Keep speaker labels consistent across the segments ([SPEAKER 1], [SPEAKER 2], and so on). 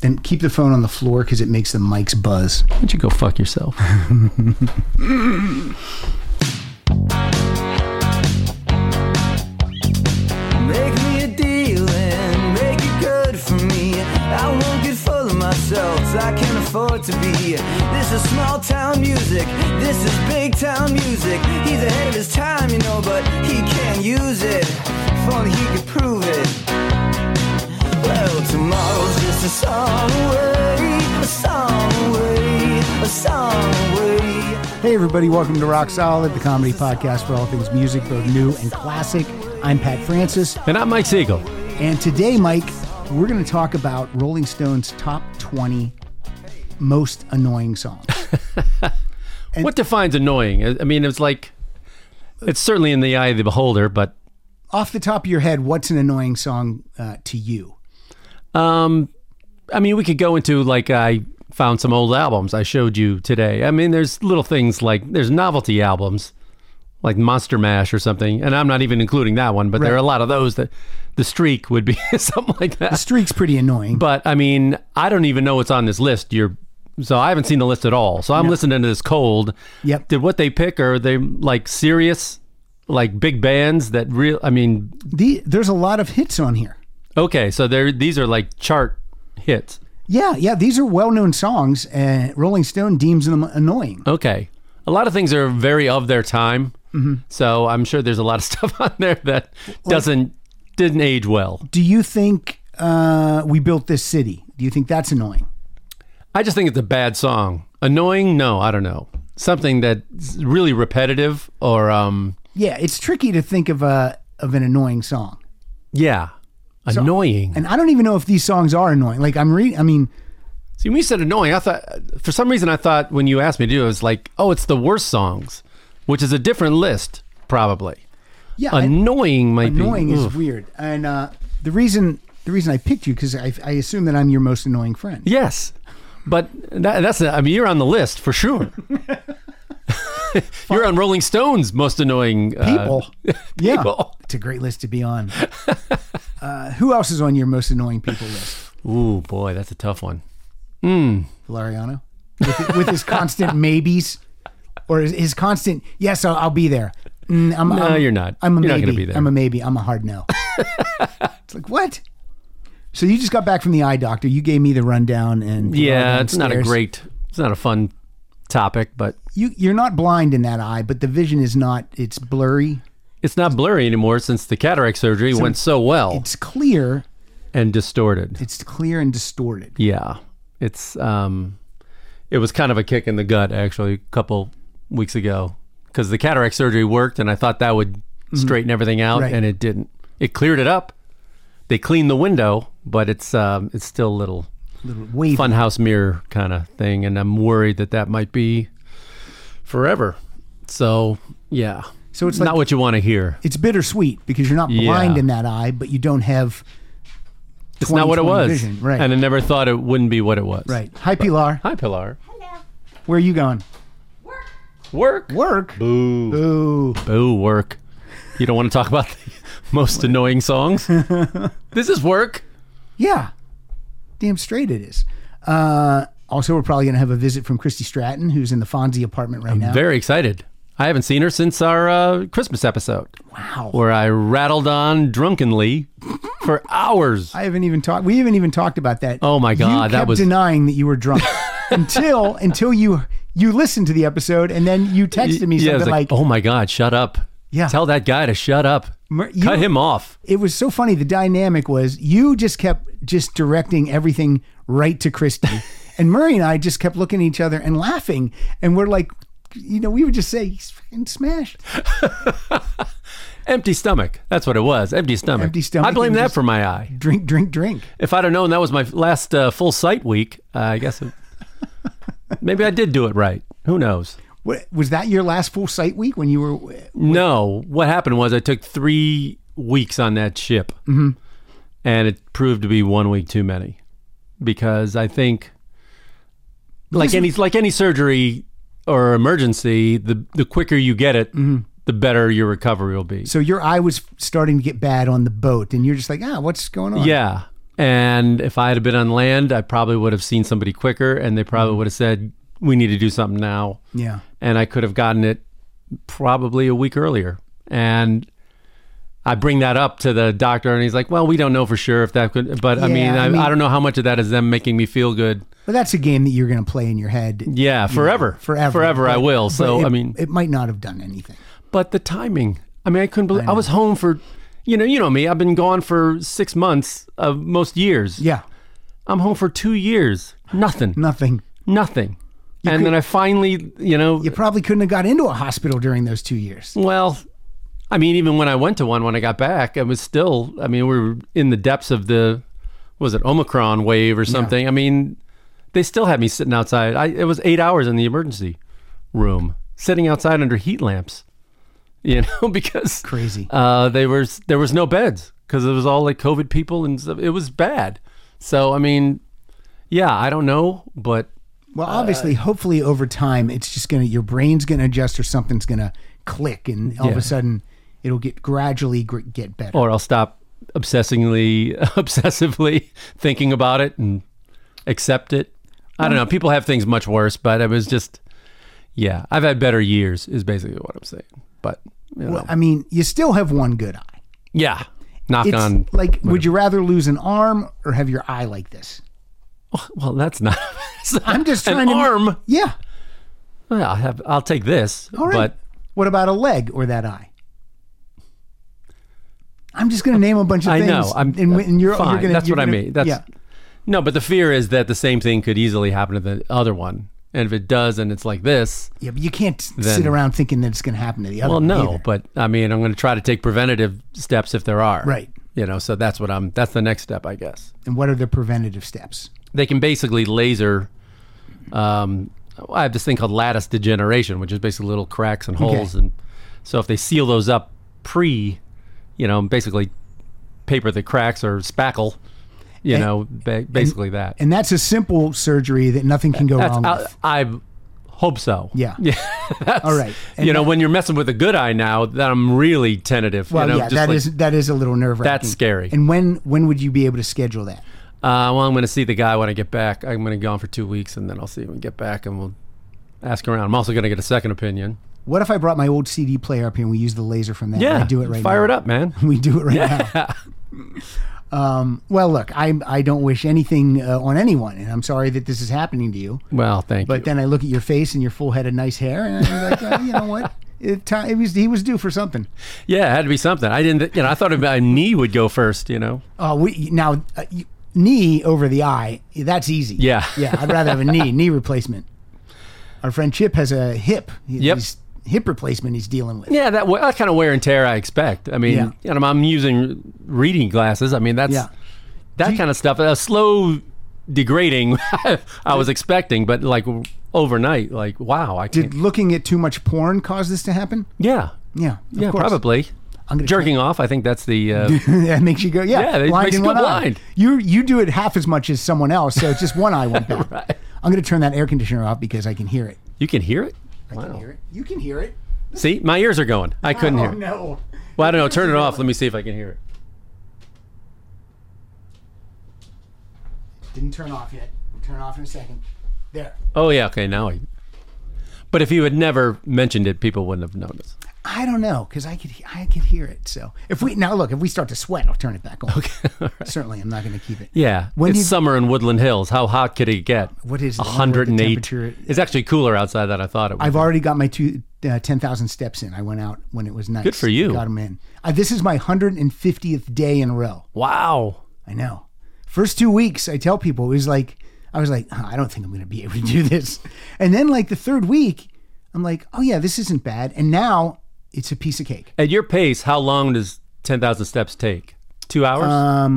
[SPEAKER 1] Then keep the phone on the floor because it makes the mics buzz.
[SPEAKER 2] Why don't you go fuck yourself?
[SPEAKER 3] Make me a deal and make it good for me. I won't get full of myself, 'cause I can't afford to be. This is small town music, this is big town music. He's ahead of his time, you know, but he can't use it. If only he could prove it. Well, tomorrow's just a song away, a song away, a song away.
[SPEAKER 1] Hey, everybody, welcome to Rock Solid, the comedy podcast for all things music, both new and classic. I'm Pat Francis,
[SPEAKER 2] and I'm Mike Siegel.
[SPEAKER 1] and today, Mike, we're going to talk about Rolling Stone's top 20 most annoying songs.
[SPEAKER 2] What defines annoying? I- I mean, it's like it's certainly in the eye of the beholder, but
[SPEAKER 1] Off the top of your head, what's an annoying song uh, to you?
[SPEAKER 2] um, I mean, we could go into like I found some old albums I showed you today. I mean, there's little things like there's novelty albums like Monster Mash or something, and I'm not even including that one, but there are a lot of those that the streak would be something like that.
[SPEAKER 1] The streak's pretty annoying.
[SPEAKER 2] But I mean, I don't even know what's on this list. You're so I haven't seen the list at all. So I'm listening to this cold.
[SPEAKER 1] Yep.
[SPEAKER 2] Did what they pick are they like serious, like big bands that real? I mean,
[SPEAKER 1] The, there's a lot of hits on here.
[SPEAKER 2] okay, so they're these are like chart hits.
[SPEAKER 1] Yeah, yeah, these are well known songs, and Rolling Stone deems them annoying.
[SPEAKER 2] Okay, a lot of things are very of their time. So I'm sure there's a lot of stuff on there that doesn't didn't age well.
[SPEAKER 1] Do you think uh, We Built This City? Do you think that's annoying?
[SPEAKER 2] I just think it's a bad song. Annoying? No, I don't know. Something that's really repetitive or um,
[SPEAKER 1] Yeah, it's tricky to think of a of an annoying song,
[SPEAKER 2] yeah, annoying.
[SPEAKER 1] and I don't even know if these songs are annoying. Like I'm reading, I mean,
[SPEAKER 2] See, when you said annoying, I thought for some reason I thought when you asked me to do it, it was like, oh, it's the worst songs, which is a different list probably.
[SPEAKER 1] yeah, I-
[SPEAKER 2] Annoying might
[SPEAKER 1] annoying
[SPEAKER 2] be.
[SPEAKER 1] is
[SPEAKER 2] Ugh.
[SPEAKER 1] weird. And uh, the reason the reason I picked you because I, I assume that I'm your most annoying friend.
[SPEAKER 2] yes, but that, that's a, I mean you're on the list for sure. you're on Rolling Stone's most annoying uh,
[SPEAKER 1] People, yeah,
[SPEAKER 2] people.
[SPEAKER 1] it's a great list to be on. uh, who else is on your most annoying people list?
[SPEAKER 2] Ooh boy, that's a tough one.
[SPEAKER 1] Valeriano, with, with his constant maybes, or his, his constant yes, I'll, I'll be there. Mm, I'm,
[SPEAKER 2] No,
[SPEAKER 1] I'm-
[SPEAKER 2] you're not.
[SPEAKER 1] I'm a
[SPEAKER 2] You're not
[SPEAKER 1] maybe.
[SPEAKER 2] gonna be there.
[SPEAKER 1] I'm a maybe. I'm a hard no. it's like what? So you just got back from the eye doctor. You gave me the rundown, and
[SPEAKER 2] Yeah, it's not a
[SPEAKER 1] downstairs.
[SPEAKER 2] great, it's not a fun topic, but
[SPEAKER 1] You you're not blind in that eye, but the vision is not. It's blurry.
[SPEAKER 2] it's not blurry anymore since the cataract surgery went so well
[SPEAKER 1] It's clear.
[SPEAKER 2] and distorted.
[SPEAKER 1] It's clear and distorted.
[SPEAKER 2] Yeah, it's um, it was kind of a kick in the gut actually a couple weeks ago because the cataract surgery worked and I thought that would straighten everything
[SPEAKER 1] Mm-hmm.
[SPEAKER 2] out
[SPEAKER 1] Right.
[SPEAKER 2] and it didn't. It cleared it up. They cleaned the window, but it's um, it's still a little
[SPEAKER 1] Little wavy.
[SPEAKER 2] funhouse mirror kind of thing, and I'm worried that that might be forever. So yeah,
[SPEAKER 1] So it's
[SPEAKER 2] not
[SPEAKER 1] like-
[SPEAKER 2] what you want to hear.
[SPEAKER 1] It's bittersweet because you're not
[SPEAKER 2] Yeah.
[SPEAKER 1] blind in that eye, but you don't have.
[SPEAKER 2] It's not what it
[SPEAKER 1] 20/20
[SPEAKER 2] was,
[SPEAKER 1] vision, right.
[SPEAKER 2] and I never thought it wouldn't be what it was.
[SPEAKER 1] Right. Hi, Pilar.
[SPEAKER 2] Hi, Pilar.
[SPEAKER 1] Where are you going?
[SPEAKER 2] Work.
[SPEAKER 1] Work.
[SPEAKER 2] Boo.
[SPEAKER 1] Ooh.
[SPEAKER 2] Boo, work. You don't want to talk about the most annoying songs? this is work.
[SPEAKER 1] Yeah, damn straight it is. Uh, also, we're probably going to have a visit from Christy Stratton, who's in the Fonzie apartment right now.
[SPEAKER 2] Very excited. I haven't seen her since our uh, Christmas episode
[SPEAKER 1] wow.
[SPEAKER 2] where I rattled on drunkenly for hours.
[SPEAKER 1] I haven't even talked. We haven't even talked about that.
[SPEAKER 2] Oh my God,
[SPEAKER 1] you
[SPEAKER 2] that
[SPEAKER 1] kept
[SPEAKER 2] was-
[SPEAKER 1] denying that you were drunk until until you you listened to the episode and then you texted me
[SPEAKER 2] yeah, I was
[SPEAKER 1] something like,
[SPEAKER 2] oh my God, shut up.
[SPEAKER 1] Yeah.
[SPEAKER 2] Tell that guy to shut up.
[SPEAKER 1] Mer- you-
[SPEAKER 2] "Oh, Cut him off.
[SPEAKER 1] It was so funny. The dynamic was you just kept just directing everything right to Christy, and Murray and I just kept looking at each other and laughing, and we're like, you know, we would just say he's fucking smashed.
[SPEAKER 2] Empty stomach. That's what it was. Empty stomach.
[SPEAKER 1] Empty stomach
[SPEAKER 2] I blame
[SPEAKER 1] and
[SPEAKER 2] that
[SPEAKER 1] just-
[SPEAKER 2] for my eye.
[SPEAKER 1] Drink, drink, drink.
[SPEAKER 2] If I'd have known that was my last uh, full sight week, uh, I guess it, maybe I did do it right. Who knows?
[SPEAKER 1] What, was that your last full sight week when you were?
[SPEAKER 2] No, what happened was I took three weeks on that ship, and it proved to be one week too many, because I think, like any like any surgery or emergency, the the quicker you get it, the better your recovery will be.
[SPEAKER 1] So your eye was starting to get bad on the boat, and you're just like, ah, what's going on?
[SPEAKER 2] yeah, And if I had been on land, I probably would have seen somebody quicker, and they probably would have said, "We need to do something now."
[SPEAKER 1] Yeah.
[SPEAKER 2] and I could have gotten it probably a week earlier. And I bring that up to the doctor, and he's like, "Well, we don't know for sure if that could, but I,
[SPEAKER 1] Yeah,
[SPEAKER 2] mean, I,
[SPEAKER 1] I mean-
[SPEAKER 2] I don't know how much of that is them making me feel good."
[SPEAKER 1] But that's a game that you're going to play in your head
[SPEAKER 2] Yeah, forever,
[SPEAKER 1] Mm, forever.
[SPEAKER 2] forever. I
[SPEAKER 1] But-
[SPEAKER 2] will.
[SPEAKER 1] but
[SPEAKER 2] So
[SPEAKER 1] it-
[SPEAKER 2] I mean,
[SPEAKER 1] it might not have done anything.
[SPEAKER 2] but the timing. I mean, I couldn't believe I, was home for, you know, you know me. I've been gone for six months of most years.
[SPEAKER 1] Yeah,
[SPEAKER 2] I'm home for two years. Nothing.
[SPEAKER 1] nothing.
[SPEAKER 2] Nothing. and then I finally, you know,
[SPEAKER 1] You probably couldn't have got into a hospital during those two years.
[SPEAKER 2] Well, I mean, even when I went to one when I got back, I was still. I mean, we were in the depths of the what was it Omicron wave or something. I mean, they still had me sitting outside. I it was eight hours in the emergency room, sitting outside under heat lamps. You know, because
[SPEAKER 1] Crazy.
[SPEAKER 2] Uh, they were there was no beds because it was all like COVID people and stuff. it was bad. So I mean, yeah, I don't know, but
[SPEAKER 1] Well,
[SPEAKER 2] Uh,
[SPEAKER 1] obviously, hopefully over time, it's just gonna your brain's gonna adjust or something's gonna click, and all of
[SPEAKER 2] Yeah. Oh,
[SPEAKER 1] a sudden, it'll get gradually gr- get better.
[SPEAKER 2] or I'll stop obsessingly, obsessively thinking about it and accept it. I
[SPEAKER 1] Um,
[SPEAKER 2] don't know. People have things much worse, but it was just, yeah, I've had better years, is basically what I'm saying. But, you know,
[SPEAKER 1] Well, I mean, you still have one good eye.
[SPEAKER 2] yeah, knock
[SPEAKER 1] It's
[SPEAKER 2] on.
[SPEAKER 1] like, would you rather lose an arm or have your eye like this?
[SPEAKER 2] Well, that's not.
[SPEAKER 1] I'm just trying to
[SPEAKER 2] an arm.
[SPEAKER 1] Yeah.
[SPEAKER 2] Well, I'll have. I'll take this.
[SPEAKER 1] All right.
[SPEAKER 2] But
[SPEAKER 1] what about a leg or that eye? I'm just going to name a bunch of
[SPEAKER 2] I
[SPEAKER 1] things.
[SPEAKER 2] know. I'm
[SPEAKER 1] and, when- and you're,
[SPEAKER 2] fine.
[SPEAKER 1] you're gonna,
[SPEAKER 2] That's
[SPEAKER 1] you're
[SPEAKER 2] what
[SPEAKER 1] gonna-
[SPEAKER 2] I mean. That's
[SPEAKER 1] yeah.
[SPEAKER 2] no, but the fear is that the same thing could easily happen to the other one, and if it does, and it's like this,
[SPEAKER 1] Yeah, but you can't s-
[SPEAKER 2] Then-
[SPEAKER 1] sit around thinking that it's going to happen to the other.
[SPEAKER 2] Well,
[SPEAKER 1] one
[SPEAKER 2] no,
[SPEAKER 1] either.
[SPEAKER 2] but I mean, I'm going to try to take preventative steps if there are.
[SPEAKER 1] Right.
[SPEAKER 2] You know, so that's what I'm. That's the next step, I guess.
[SPEAKER 1] And what are the preventative steps?
[SPEAKER 2] They can basically laser. Um, I have this thing called lattice degeneration, which is basically little cracks and holes, and so if they seal those up pre, you know, basically paper the cracks or spackle, you
[SPEAKER 1] And-
[SPEAKER 2] know, ba- basically that.
[SPEAKER 1] And that's a simple surgery that nothing can go
[SPEAKER 2] That's,
[SPEAKER 1] wrong
[SPEAKER 2] I,
[SPEAKER 1] with.
[SPEAKER 2] I hope so.
[SPEAKER 1] Yeah.
[SPEAKER 2] Yeah. that's-
[SPEAKER 1] All right. And
[SPEAKER 2] you know,
[SPEAKER 1] that-
[SPEAKER 2] when you're messing with a good eye now, that I'm really tentative.
[SPEAKER 1] Well,
[SPEAKER 2] you know,
[SPEAKER 1] yeah,
[SPEAKER 2] just
[SPEAKER 1] that
[SPEAKER 2] like-
[SPEAKER 1] is that is a little nerve wracking.
[SPEAKER 2] That's scary.
[SPEAKER 1] And when when would you be able to schedule that?
[SPEAKER 2] Uh, well, I'm going to see the guy when I get back. I'm going to go on for two weeks, and then I'll see him when we get back, and we'll ask around. I'm also going to get a second opinion.
[SPEAKER 1] What if I brought my old CD player up here and we use the laser from that? and I do it right
[SPEAKER 2] Fire
[SPEAKER 1] now.
[SPEAKER 2] it up, man.
[SPEAKER 1] We do it right now. Um, well, look, I I don't wish anything uh, on anyone, and I'm sorry that this is happening to you.
[SPEAKER 2] Well, thank
[SPEAKER 1] But
[SPEAKER 2] you.
[SPEAKER 1] then I look at your face and your full head of nice hair, and I'm like, uh, you know what? It, ti- it was he was due for something.
[SPEAKER 2] yeah, it had to be something. I didn't. th- You know, I thought my knee would go first. You know.
[SPEAKER 1] Uh, we now uh, you- knee over the eye. That's easy.
[SPEAKER 2] Yeah.
[SPEAKER 1] yeah. I'd rather have a knee knee replacement. Our friend Chip has a hip. He-
[SPEAKER 2] Yep.
[SPEAKER 1] he's- hip replacement he's dealing with.
[SPEAKER 2] Yeah, that wa- that kind of wear and tear I expect. I mean,
[SPEAKER 1] Yeah.
[SPEAKER 2] you know, I'm using reading glasses. I mean, that's
[SPEAKER 1] Yeah.
[SPEAKER 2] that kind of stuff. A slow degrading I was expecting, but like overnight, like wow, I can't.
[SPEAKER 1] Did looking at too much porn cause this to happen?
[SPEAKER 2] yeah,
[SPEAKER 1] Yeah. of
[SPEAKER 2] yeah,
[SPEAKER 1] course.
[SPEAKER 2] probably.
[SPEAKER 1] I'm gonna
[SPEAKER 2] Jerking off, I think that's the uh,
[SPEAKER 1] that makes you go, yeah,
[SPEAKER 2] Yeah, that makes
[SPEAKER 1] in
[SPEAKER 2] you
[SPEAKER 1] one
[SPEAKER 2] go
[SPEAKER 1] eye.
[SPEAKER 2] blind.
[SPEAKER 1] You you do it half as much as someone else, so it's just one eye went back. I'm going to turn that air conditioner off because I can hear it.
[SPEAKER 2] You can hear it?
[SPEAKER 1] I can hear it. You can hear it.
[SPEAKER 2] See, my ears are going. I couldn't
[SPEAKER 1] oh
[SPEAKER 2] hear. it.
[SPEAKER 1] no.
[SPEAKER 2] Well, I don't know. Turn it off. Let me see if I can hear it.
[SPEAKER 1] Didn't turn off yet. We'll turn off in a second. There.
[SPEAKER 2] Oh yeah. Okay. Now I. But if you had never mentioned it, people wouldn't have noticed.
[SPEAKER 1] I don't know because I could he- I could hear it. So if we now look, if we start to sweat, I'll turn it back on. Okay. Certainly, I'm not going to keep it.
[SPEAKER 2] Yeah.
[SPEAKER 1] When
[SPEAKER 2] it's
[SPEAKER 1] you-
[SPEAKER 2] summer in Woodland Hills. How hot could it get?
[SPEAKER 1] What is the- what the
[SPEAKER 2] 108?
[SPEAKER 1] temperature-
[SPEAKER 2] It's actually cooler outside than I thought it would.
[SPEAKER 1] I've already got my two, uh, 10,000 steps in. I went out when it was nice.
[SPEAKER 2] Good for you.
[SPEAKER 1] Got them in. Uh, this is my 150th day in a row.
[SPEAKER 2] wow.
[SPEAKER 1] I know. First two weeks, I tell people it was like I was like, "Huh, I don't think I'm going to be able to do this. And then like the third week, I'm like, oh yeah, this isn't bad. And now it's a piece of cake.
[SPEAKER 2] At your pace, how long does 10,000 steps take? Two hours?
[SPEAKER 1] Um,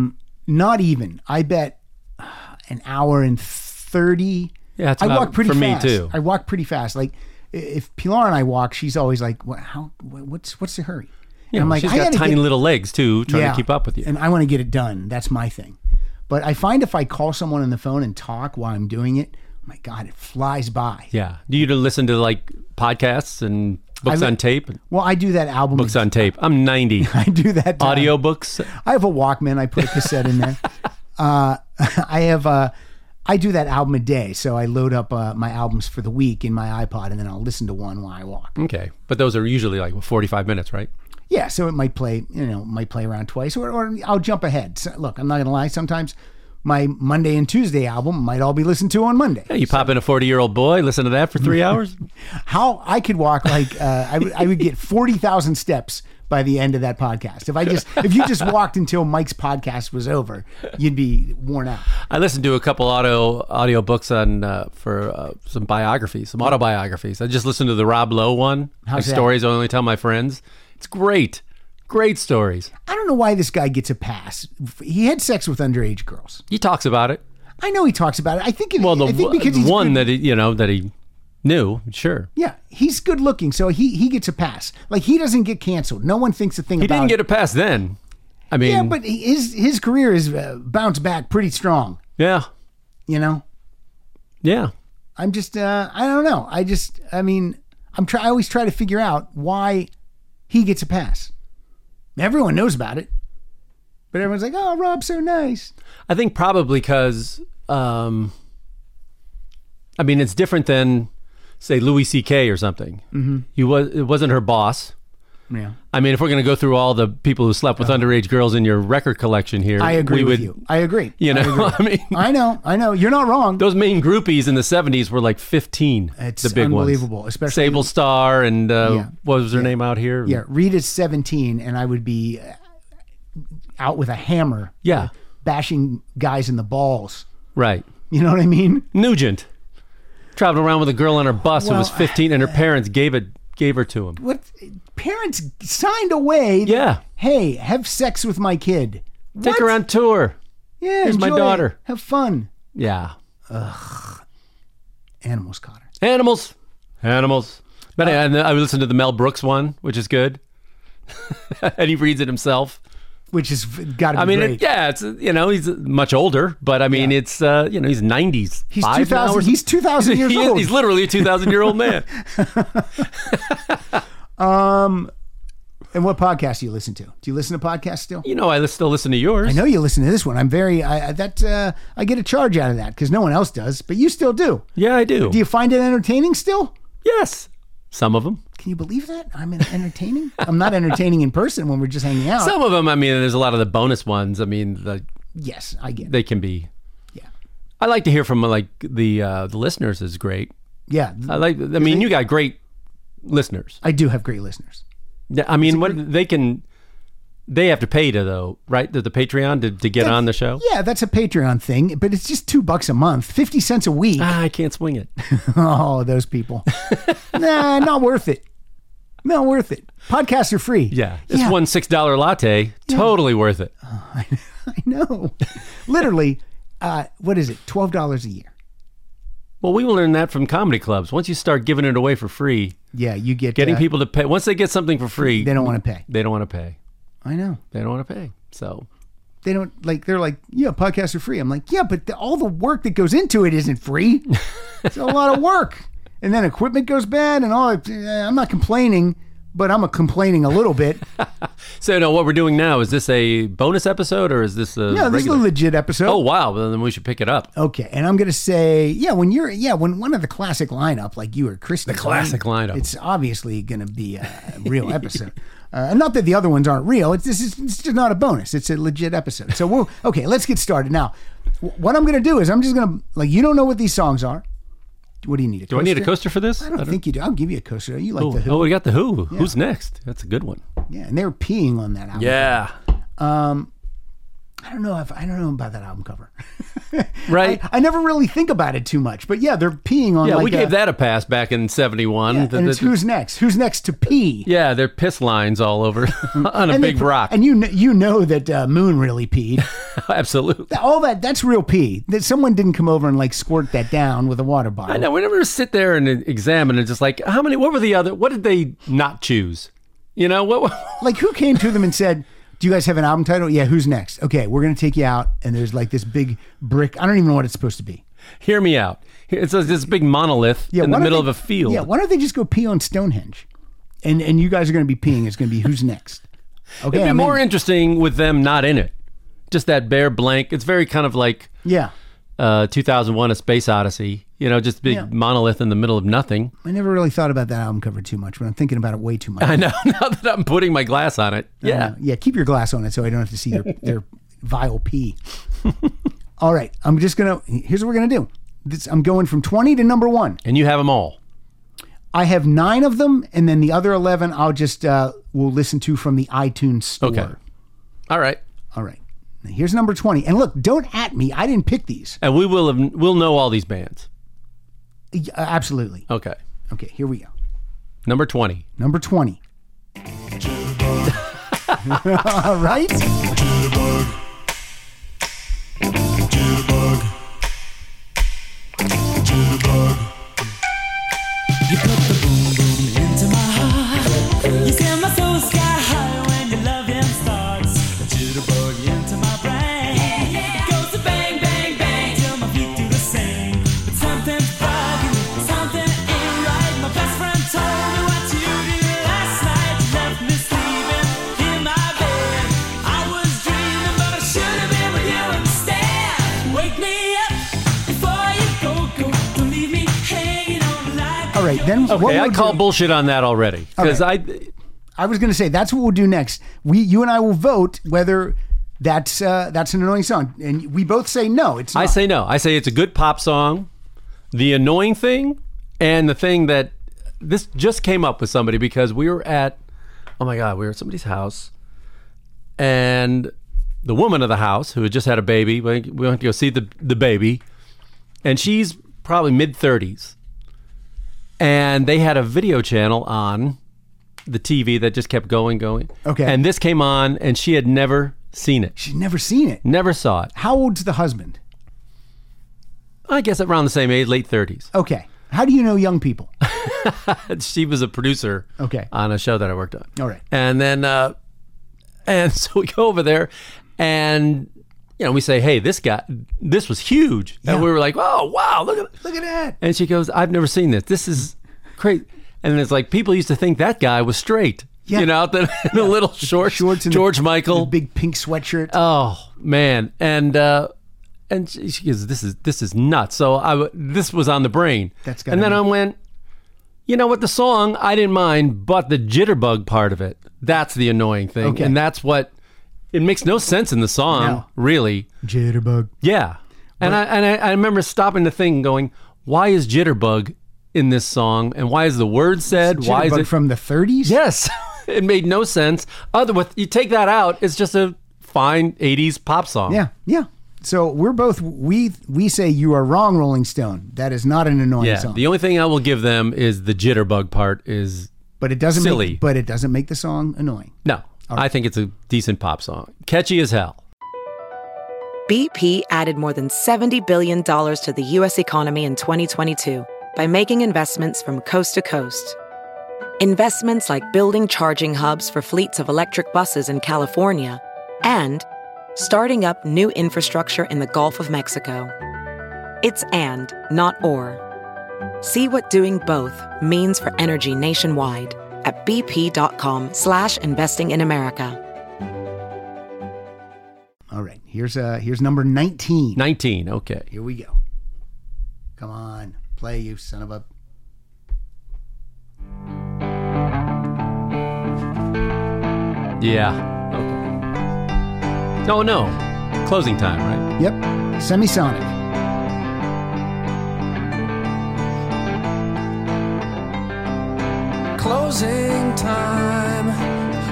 [SPEAKER 1] Not even. I bet uh, an hour and thirty.
[SPEAKER 2] Yeah, that's
[SPEAKER 1] I
[SPEAKER 2] about-
[SPEAKER 1] walk pretty
[SPEAKER 2] for me,
[SPEAKER 1] fast.
[SPEAKER 2] too.
[SPEAKER 1] I walk pretty fast. Like i- if Pilar and I walk, she's always like, what, how? What, what's what's the hurry?
[SPEAKER 2] You
[SPEAKER 1] And
[SPEAKER 2] know, she's got
[SPEAKER 1] gotta
[SPEAKER 2] tiny
[SPEAKER 1] get-
[SPEAKER 2] little legs too, trying to keep up with you.
[SPEAKER 1] And I want to get it done. That's my thing. But I find if I call someone on the phone and talk while I'm doing it, oh my God, it flies by.
[SPEAKER 2] yeah. Do you listen to like podcasts and books
[SPEAKER 1] li-
[SPEAKER 2] on tape?
[SPEAKER 1] Well, I do that album.
[SPEAKER 2] Books on tape. I'm 90.
[SPEAKER 1] I do that. to-
[SPEAKER 2] Audiobooks.
[SPEAKER 1] I have a Walkman. I put a cassette in there. uh, I have uh, I do that album a day, so I load up uh, my albums for the week in my iPod, and then I'll listen to one while I walk.
[SPEAKER 2] Okay, but those are usually like 45 minutes, right?
[SPEAKER 1] Yeah, so it might play, you know, might play around twice, or, or I'll jump ahead. So, look, I'm not gonna lie. Sometimes my Monday and Tuesday album might all be listened to on Monday.
[SPEAKER 2] Yeah, you pop in a 40 year old boy, listen to that for three hours.
[SPEAKER 1] How I could walk like uh, I would, I would get forty thousand steps by the end of that podcast. If I just if you just walked until Mike's podcast was over, you'd be worn out.
[SPEAKER 2] I listened to a couple audio audio books on uh, for uh, some biographies, some autobiographies. I just listened to the Rob Lowe one.
[SPEAKER 1] How's
[SPEAKER 2] like
[SPEAKER 1] that?
[SPEAKER 2] stories I only tell my friends. It's great, great stories.
[SPEAKER 1] I don't know why this guy gets a pass. He had sex with underage girls.
[SPEAKER 2] He talks about it.
[SPEAKER 1] I know he talks about it. I think. It,
[SPEAKER 2] Well, the
[SPEAKER 1] I think
[SPEAKER 2] one-
[SPEAKER 1] because
[SPEAKER 2] the
[SPEAKER 1] he's
[SPEAKER 2] one
[SPEAKER 1] good-
[SPEAKER 2] that he, you know that he knew, sure.
[SPEAKER 1] Yeah, he's good looking, so he he gets a pass. Like he doesn't get canceled. No one thinks a thing
[SPEAKER 2] He
[SPEAKER 1] about.
[SPEAKER 2] didn't
[SPEAKER 1] it.
[SPEAKER 2] get a pass then. I mean,
[SPEAKER 1] Yeah, but his his career is uh, bounced back pretty strong.
[SPEAKER 2] yeah,
[SPEAKER 1] You know,
[SPEAKER 2] yeah.
[SPEAKER 1] I'm just uh, I don't know. I just I mean I'm try I always try to figure out why he gets a pass. Everyone knows about it, but everyone's like, "Oh, Rob's so nice."
[SPEAKER 2] I think probably because, um, I mean, it's different than, say, Louis C.K. or something. Mm-hmm. He was it wasn't her boss.
[SPEAKER 1] Yeah,
[SPEAKER 2] I mean, if we're going to go through all the people who slept with underage girls in your record collection here,
[SPEAKER 1] I agree
[SPEAKER 2] we
[SPEAKER 1] with
[SPEAKER 2] would,
[SPEAKER 1] you. I agree.
[SPEAKER 2] You know, I, mean,
[SPEAKER 1] I know, I know. You're not wrong.
[SPEAKER 2] those main groupies in the '70s were like 15.
[SPEAKER 1] It's
[SPEAKER 2] the big
[SPEAKER 1] unbelievable,
[SPEAKER 2] ones.
[SPEAKER 1] especially-
[SPEAKER 2] Sable Star and uh,
[SPEAKER 1] Yeah.
[SPEAKER 2] what was her name out here?
[SPEAKER 1] Yeah, Rita's 17, and I would be uh, out with a hammer.
[SPEAKER 2] Yeah.
[SPEAKER 1] bashing guys in the balls.
[SPEAKER 2] right.
[SPEAKER 1] You know what I mean?
[SPEAKER 2] Nugent traveled around with a girl on her bus who was
[SPEAKER 1] Well, uh,
[SPEAKER 2] 15, and her parents gave it gave her to him.
[SPEAKER 1] What parents signed away? that,
[SPEAKER 2] Yeah.
[SPEAKER 1] Hey, have sex with my kid.
[SPEAKER 2] Take
[SPEAKER 1] What?
[SPEAKER 2] her on tour.
[SPEAKER 1] Yeah,
[SPEAKER 2] Here's my
[SPEAKER 1] enjoy it.
[SPEAKER 2] daughter.
[SPEAKER 1] Have fun.
[SPEAKER 2] Yeah.
[SPEAKER 1] Animals Uh, caught her.
[SPEAKER 2] Animals. Animals. But I, and I listened to the Mel Brooks one, which is good. and he reads it himself.
[SPEAKER 1] Which has got to be
[SPEAKER 2] I mean,
[SPEAKER 1] Oh, great.
[SPEAKER 2] it, yeah, it's you know he's much older, but I mean it's uh, you know he's nineties.
[SPEAKER 1] he's 2000. He's 2000 years old.
[SPEAKER 2] He's literally a two thousand year old man.
[SPEAKER 1] and what podcast do you listen to? Do you listen to podcasts still?
[SPEAKER 2] you know, I li- still listen to yours.
[SPEAKER 1] I know you listen to this one. I'm very I, I- that uh, I get a charge out of that because no one else does, but you still do.
[SPEAKER 2] Yeah, I do.
[SPEAKER 1] Do you find it entertaining still?
[SPEAKER 2] yes, some of them.
[SPEAKER 1] Can you believe that? I'm en- entertaining. I'm not entertaining in person when we're just hanging out.
[SPEAKER 2] Some of them. I mean, there's a lot of the bonus ones. I mean, the,
[SPEAKER 1] yes, I get it.
[SPEAKER 2] they can be.
[SPEAKER 1] Yeah.
[SPEAKER 2] I like to hear from like the uh, the listeners is great.
[SPEAKER 1] Yeah.
[SPEAKER 2] I like. I mean, you got great listeners.
[SPEAKER 1] I do have great listeners.
[SPEAKER 2] Yeah, I mean, what they can, they have to pay to though, right? To the Patreon to, to get on the show.
[SPEAKER 1] Yeah, that's a Patreon thing, but it's just two bucks a month, 50 cents a week.
[SPEAKER 2] Ah, I can't swing it.
[SPEAKER 1] Oh, those people. nah, not worth it. Not worth it. Podcasts are free.
[SPEAKER 2] Yeah, it's
[SPEAKER 1] Yeah.
[SPEAKER 2] one six dollar latte. Totally worth it.
[SPEAKER 1] I know. Literally, uh, what is it? $12 a year.
[SPEAKER 2] Well, we will learn that from comedy clubs. Once you start giving it away for free,
[SPEAKER 1] Yeah, you get
[SPEAKER 2] getting
[SPEAKER 1] uh,
[SPEAKER 2] people to pay. Once they get something for free,
[SPEAKER 1] They don't want to pay.
[SPEAKER 2] They don't want to pay.
[SPEAKER 1] I know.
[SPEAKER 2] They don't want to pay. So
[SPEAKER 1] They don't like, they're like, yeah, podcasts are free. I'm like, yeah, but the, all the work that goes into it isn't free. it's a lot of work. And then equipment goes bad and all. eh, I'm not complaining, but I'm a complaining a little bit.
[SPEAKER 2] so no, what we're doing now is this a bonus episode or is this a
[SPEAKER 1] No, this is a
[SPEAKER 2] regular?
[SPEAKER 1] legit episode.
[SPEAKER 2] oh wow, well, then we should pick it up.
[SPEAKER 1] Okay, and I'm gonna say, yeah, when you're, yeah, when one of the classic lineup like you or Christy, the
[SPEAKER 2] classic lineup.
[SPEAKER 1] it's obviously gonna be a real episode. Uh, and not that the other ones aren't real. It's this is it's just not a bonus. It's a legit episode. So we'll okay. Let's get started now. Wh- What I'm gonna do is I'm just gonna like you don't know what these songs are. What do you need?
[SPEAKER 2] Do I need a coaster for this?
[SPEAKER 1] Oh, I don't, think you do. I'll give you a coaster. You like
[SPEAKER 2] Oh,
[SPEAKER 1] the Who?
[SPEAKER 2] oh, we got the Who. Who's next? That's a good one.
[SPEAKER 1] Yeah, and they were peeing on that album.
[SPEAKER 2] Yeah.
[SPEAKER 1] I don't know if I don't know about that album cover.
[SPEAKER 2] Right.
[SPEAKER 1] I oh never really think about it too much, but yeah, they're peeing on.
[SPEAKER 2] yeah,
[SPEAKER 1] like
[SPEAKER 2] we gave
[SPEAKER 1] a-
[SPEAKER 2] that a pass back in '71.
[SPEAKER 1] And it's who's next? Who's next to pee?
[SPEAKER 2] yeah, they're piss lines all over on
[SPEAKER 1] Mm-hmm. And
[SPEAKER 2] a
[SPEAKER 1] they
[SPEAKER 2] big
[SPEAKER 1] put-
[SPEAKER 2] rock.
[SPEAKER 1] And you kn- you know that uh, Moon really peed.
[SPEAKER 2] Absolutely.
[SPEAKER 1] All that that's real pee. That someone didn't come over and like squirt that down with a water bottle.
[SPEAKER 2] I know. We never sit there and examine and just like how many. What were the other? What did they not choose? You know what?
[SPEAKER 1] Like who came to them and said, "Do you guys have an album title? Yeah, who's next? Okay, we're gonna take you out." And there's like this big brick. I don't even know what it's supposed to be.
[SPEAKER 2] Hear me out. It's a- this big monolith
[SPEAKER 1] Yeah,
[SPEAKER 2] in
[SPEAKER 1] why
[SPEAKER 2] the
[SPEAKER 1] don't
[SPEAKER 2] middle
[SPEAKER 1] they-
[SPEAKER 2] of a field.
[SPEAKER 1] Yeah, why don't they just go pee on Stonehenge? And and you guys are gonna be peeing. It's gonna be who's next. Okay,
[SPEAKER 2] It'd be
[SPEAKER 1] I'm in.
[SPEAKER 2] more interesting with them not in it. just that bare blank. It's very kind of like
[SPEAKER 1] Yeah.
[SPEAKER 2] uh, 2001: A Space Odyssey. You know, just big
[SPEAKER 1] Yeah.
[SPEAKER 2] monolith in the middle of nothing.
[SPEAKER 1] I never really thought about that album cover too much, but I'm thinking about it way too much.
[SPEAKER 2] I know now that I'm putting my glass on it. Yeah.
[SPEAKER 1] Uh, yeah. Keep your glass on it so I don't have to see your, their vile pee. All right. I'm just going to, here's what we're going to do. This, I'm going from 20 to number one.
[SPEAKER 2] And you have them all.
[SPEAKER 1] I have nine of them, and then the other 11 I'll just, uh, will listen to from the iTunes store.
[SPEAKER 2] Okay. All right.
[SPEAKER 1] All right. Now, here's number 20. And look, don't at me. I didn't pick these.
[SPEAKER 2] And we will have, we'll know all these bands.
[SPEAKER 1] Yeah, absolutely.
[SPEAKER 2] Okay.
[SPEAKER 1] Okay. Here we go.
[SPEAKER 2] Number 20.
[SPEAKER 1] Number 20. All right.
[SPEAKER 4] You put the boom boom into my heart. You send my soul sky high when your loving starts. A jitterbug into my brain. Goes to bang bang bang till my feet do the same. But something's bugging, me, something ain't right. My best friend told me what you did last night. You left me sleeping in my bed. I was dreaming, but I should have been with you instead. Wake me up before you go go. Don't leave me hanging on like.
[SPEAKER 1] All right. Then what
[SPEAKER 2] Okay, I
[SPEAKER 1] we'll
[SPEAKER 2] call
[SPEAKER 1] do-
[SPEAKER 2] bullshit on that already. Because I,
[SPEAKER 1] I was going to say that's what we'll do next. We, you and I will vote whether that's uh, that's an annoying song, and we both say no. It's not.
[SPEAKER 2] I say no. I say it's a good pop song. The annoying thing and the thing that this just came up with somebody because we were at oh my god, we were at somebody's house and the woman of the house who had just had a baby, we we went to go see the the baby and she's probably mid 30s. And they had a video channel on the TV that just kept going going.
[SPEAKER 1] Okay.
[SPEAKER 2] And this came on and she had never seen it.
[SPEAKER 1] She'd never seen it.
[SPEAKER 2] Never saw it.
[SPEAKER 1] How old's the husband?
[SPEAKER 2] I guess around the same age, late 30s.
[SPEAKER 1] Okay. How do you know young people?
[SPEAKER 2] she was a producer
[SPEAKER 1] Okay.
[SPEAKER 2] on a show that I worked on.
[SPEAKER 1] All right.
[SPEAKER 2] And then, uh, and so we go over there and, you know, we say, hey, this guy, this was huge.
[SPEAKER 1] Yeah.
[SPEAKER 2] And we were like, oh, wow, look at,
[SPEAKER 1] Look at that.
[SPEAKER 2] and she goes, I've never seen this. This is crazy. And it's like, people used to think that guy was straight.
[SPEAKER 1] Yeah.
[SPEAKER 2] You know, out the, the little short,
[SPEAKER 1] Shorts and the-
[SPEAKER 2] George Michael.
[SPEAKER 1] The big pink sweatshirt.
[SPEAKER 2] Oh man, and uh, and she she goes, "This is this is nuts." So I w- this was on the brain.
[SPEAKER 1] That's gotta
[SPEAKER 2] and then
[SPEAKER 1] be-
[SPEAKER 2] I went, you know what? The song I didn't mind, but the jitterbug part of it that's the annoying thing,
[SPEAKER 1] Okay.
[SPEAKER 2] and that's what it makes no sense in the song,
[SPEAKER 1] No.
[SPEAKER 2] really.
[SPEAKER 1] Jitterbug.
[SPEAKER 2] Yeah, and I and I, I remember stopping the thing, and going, "Why is jitterbug in this song? And why is the word said? why is
[SPEAKER 1] Jitterbug
[SPEAKER 2] it?"
[SPEAKER 1] from the 30s?
[SPEAKER 2] Yes, it made no sense. Other with you take that out, it's just a fine '80s pop song.
[SPEAKER 1] Yeah. Yeah. So we're both we we say you are wrong, Rolling Stone. That is not an annoying
[SPEAKER 2] Yeah.
[SPEAKER 1] song.
[SPEAKER 2] The only thing I will give them is the jitterbug part is
[SPEAKER 1] but it doesn't
[SPEAKER 2] Silly.
[SPEAKER 1] Make, but it doesn't make the song annoying.
[SPEAKER 2] no. I think it's a decent pop song. Catchy as hell.
[SPEAKER 5] BP added more than $70 billion to the U.S. economy in 2022 by making investments from coast to coast. Investments like building charging hubs for fleets of electric buses in California and starting up new infrastructure in the Gulf of Mexico. It's and, not or. See what doing both means for energy nationwide at bp.com slash investing in America.
[SPEAKER 1] All right. Here's uh here's number 19.
[SPEAKER 2] 19. Okay.
[SPEAKER 1] Here we go. Come on, play you son of a
[SPEAKER 2] Yeah. Okay. Oh, no. Closing time, right?
[SPEAKER 1] Yep. Semisonic.
[SPEAKER 3] Closing time.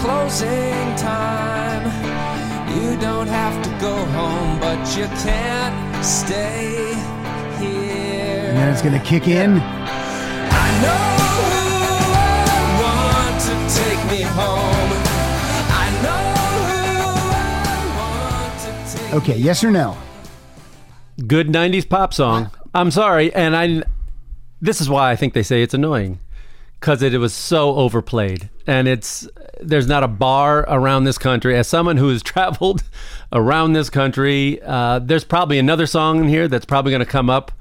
[SPEAKER 3] closing time. You don't have to go home, but you can't stay here.
[SPEAKER 1] And then it's going to kick in.
[SPEAKER 3] I know who I want to take me home. I know who I want to take
[SPEAKER 1] Okay, yes or no?
[SPEAKER 2] Good 90s pop song. I'm sorry. And I, this is why I think they say it's annoying because it, was so overplayed. And it's, there's not a bar around this country. As someone who has traveled around this country, uh, there's probably another song in here that's probably going to come up.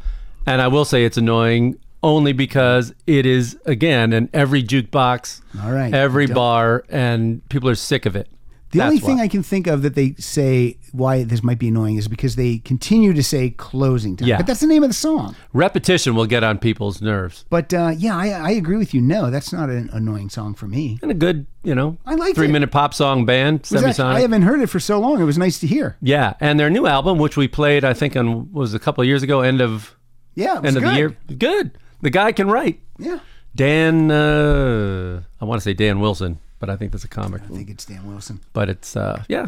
[SPEAKER 2] And I will say it's annoying only because it is, again, in every jukebox,
[SPEAKER 1] All right.
[SPEAKER 2] every
[SPEAKER 1] Don't-
[SPEAKER 2] bar, and people are sick of it.
[SPEAKER 1] The only
[SPEAKER 2] That's
[SPEAKER 1] thing
[SPEAKER 2] why.
[SPEAKER 1] I can think of that they say why this might be annoying is because they continue to say closing time.
[SPEAKER 2] Yeah.
[SPEAKER 1] But that's the name of the song.
[SPEAKER 2] Repetition will get on people's nerves.
[SPEAKER 1] But uh, yeah, I, I agree with you. No, that's not an annoying song for me.
[SPEAKER 2] and a good, you know,
[SPEAKER 1] I liked
[SPEAKER 2] three
[SPEAKER 1] it.
[SPEAKER 2] minute pop song band,
[SPEAKER 1] Was that- I
[SPEAKER 2] Semisonic.
[SPEAKER 1] haven't heard it for so long. It was nice to hear.
[SPEAKER 2] yeah, and their new album, which we played, I think, on was a couple of years ago, end of
[SPEAKER 1] Yeah, it was
[SPEAKER 2] end of
[SPEAKER 1] good.
[SPEAKER 2] the year. Good. The guy can write.
[SPEAKER 1] Yeah,
[SPEAKER 2] Dan, uh, I want to say Dan Wilson, but I think that's a comic.
[SPEAKER 1] I think it's Dan Wilson.
[SPEAKER 2] But it's uh, yeah,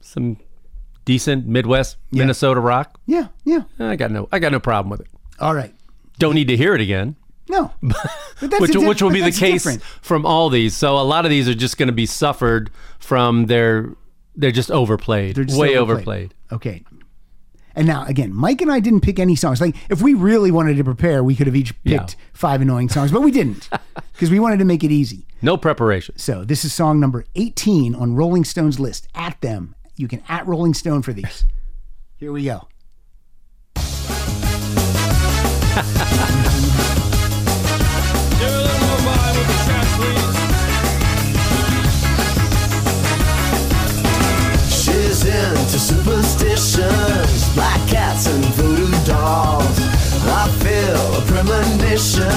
[SPEAKER 2] some decent Midwest Minnesota rock. Eh,
[SPEAKER 1] Yeah, yeah.
[SPEAKER 2] I got no, I got no problem with it.
[SPEAKER 1] All right.
[SPEAKER 2] Don't need to hear it again.
[SPEAKER 1] No, but that's
[SPEAKER 2] which,
[SPEAKER 1] a diff-
[SPEAKER 2] which will
[SPEAKER 1] but
[SPEAKER 2] be the
[SPEAKER 1] that's
[SPEAKER 2] case
[SPEAKER 1] different.
[SPEAKER 2] from all these. So a lot of these are just going to be suffered from their they're just overplayed,
[SPEAKER 1] They're just
[SPEAKER 2] way
[SPEAKER 1] overplayed.
[SPEAKER 2] overplayed.
[SPEAKER 1] Okay. And now again, Mike and I didn't pick any songs. Like if we really wanted to prepare, we could have each
[SPEAKER 2] Yeah.
[SPEAKER 1] picked five annoying songs, but we didn't because we wanted to make it easy.
[SPEAKER 2] No preparation.
[SPEAKER 1] So this is song number 18 on Rolling Stone's list. At them. You can at Rolling Stone for these. Here we go.
[SPEAKER 3] She's into superstitions, black cats and voodoo dolls. I feel a premonition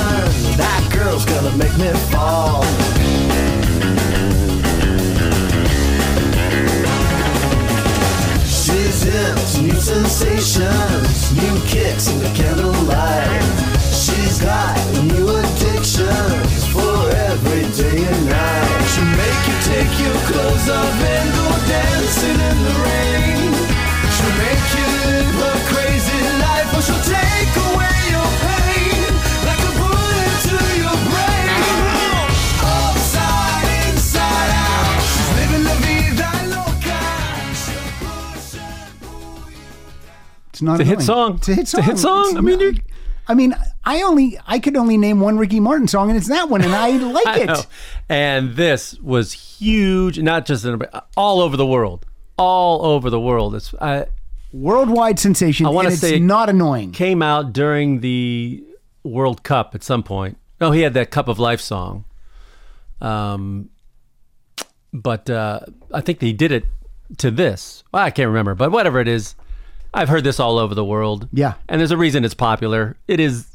[SPEAKER 3] that girl's gonna make me fall. She's into new sensations, new kicks in the candlelight. She's got new addictions for every day and night. She'll make you take your clothes off and go dancing in the rain. She'll make you live her crazy life, or she'll take away your pain like a bullet to your brain. Upside, inside out, she's living la vida loca. She'll push and pull you.
[SPEAKER 1] It's not
[SPEAKER 2] It's a hit
[SPEAKER 1] annoying.
[SPEAKER 2] song.
[SPEAKER 1] It's a hit
[SPEAKER 2] It's
[SPEAKER 1] song.
[SPEAKER 2] a hit song. I mean,
[SPEAKER 1] not-
[SPEAKER 2] you-
[SPEAKER 1] I mean, I only I could only name one Ricky Martin song, and it's that one, and I like
[SPEAKER 2] I
[SPEAKER 1] it.
[SPEAKER 2] know. And this was huge, not just in all over the world, all over the world. It's I
[SPEAKER 1] Worldwide sensation.
[SPEAKER 2] I wanna
[SPEAKER 1] and it's
[SPEAKER 2] say-
[SPEAKER 1] not annoying.
[SPEAKER 2] came out during the World Cup at some point. No, he had that Cup of Life song. Um, but uh, I think they did it to this. Well, I can't remember, but whatever it is, I've heard this all over the world.
[SPEAKER 1] Yeah.
[SPEAKER 2] and there's a reason it's popular. It is,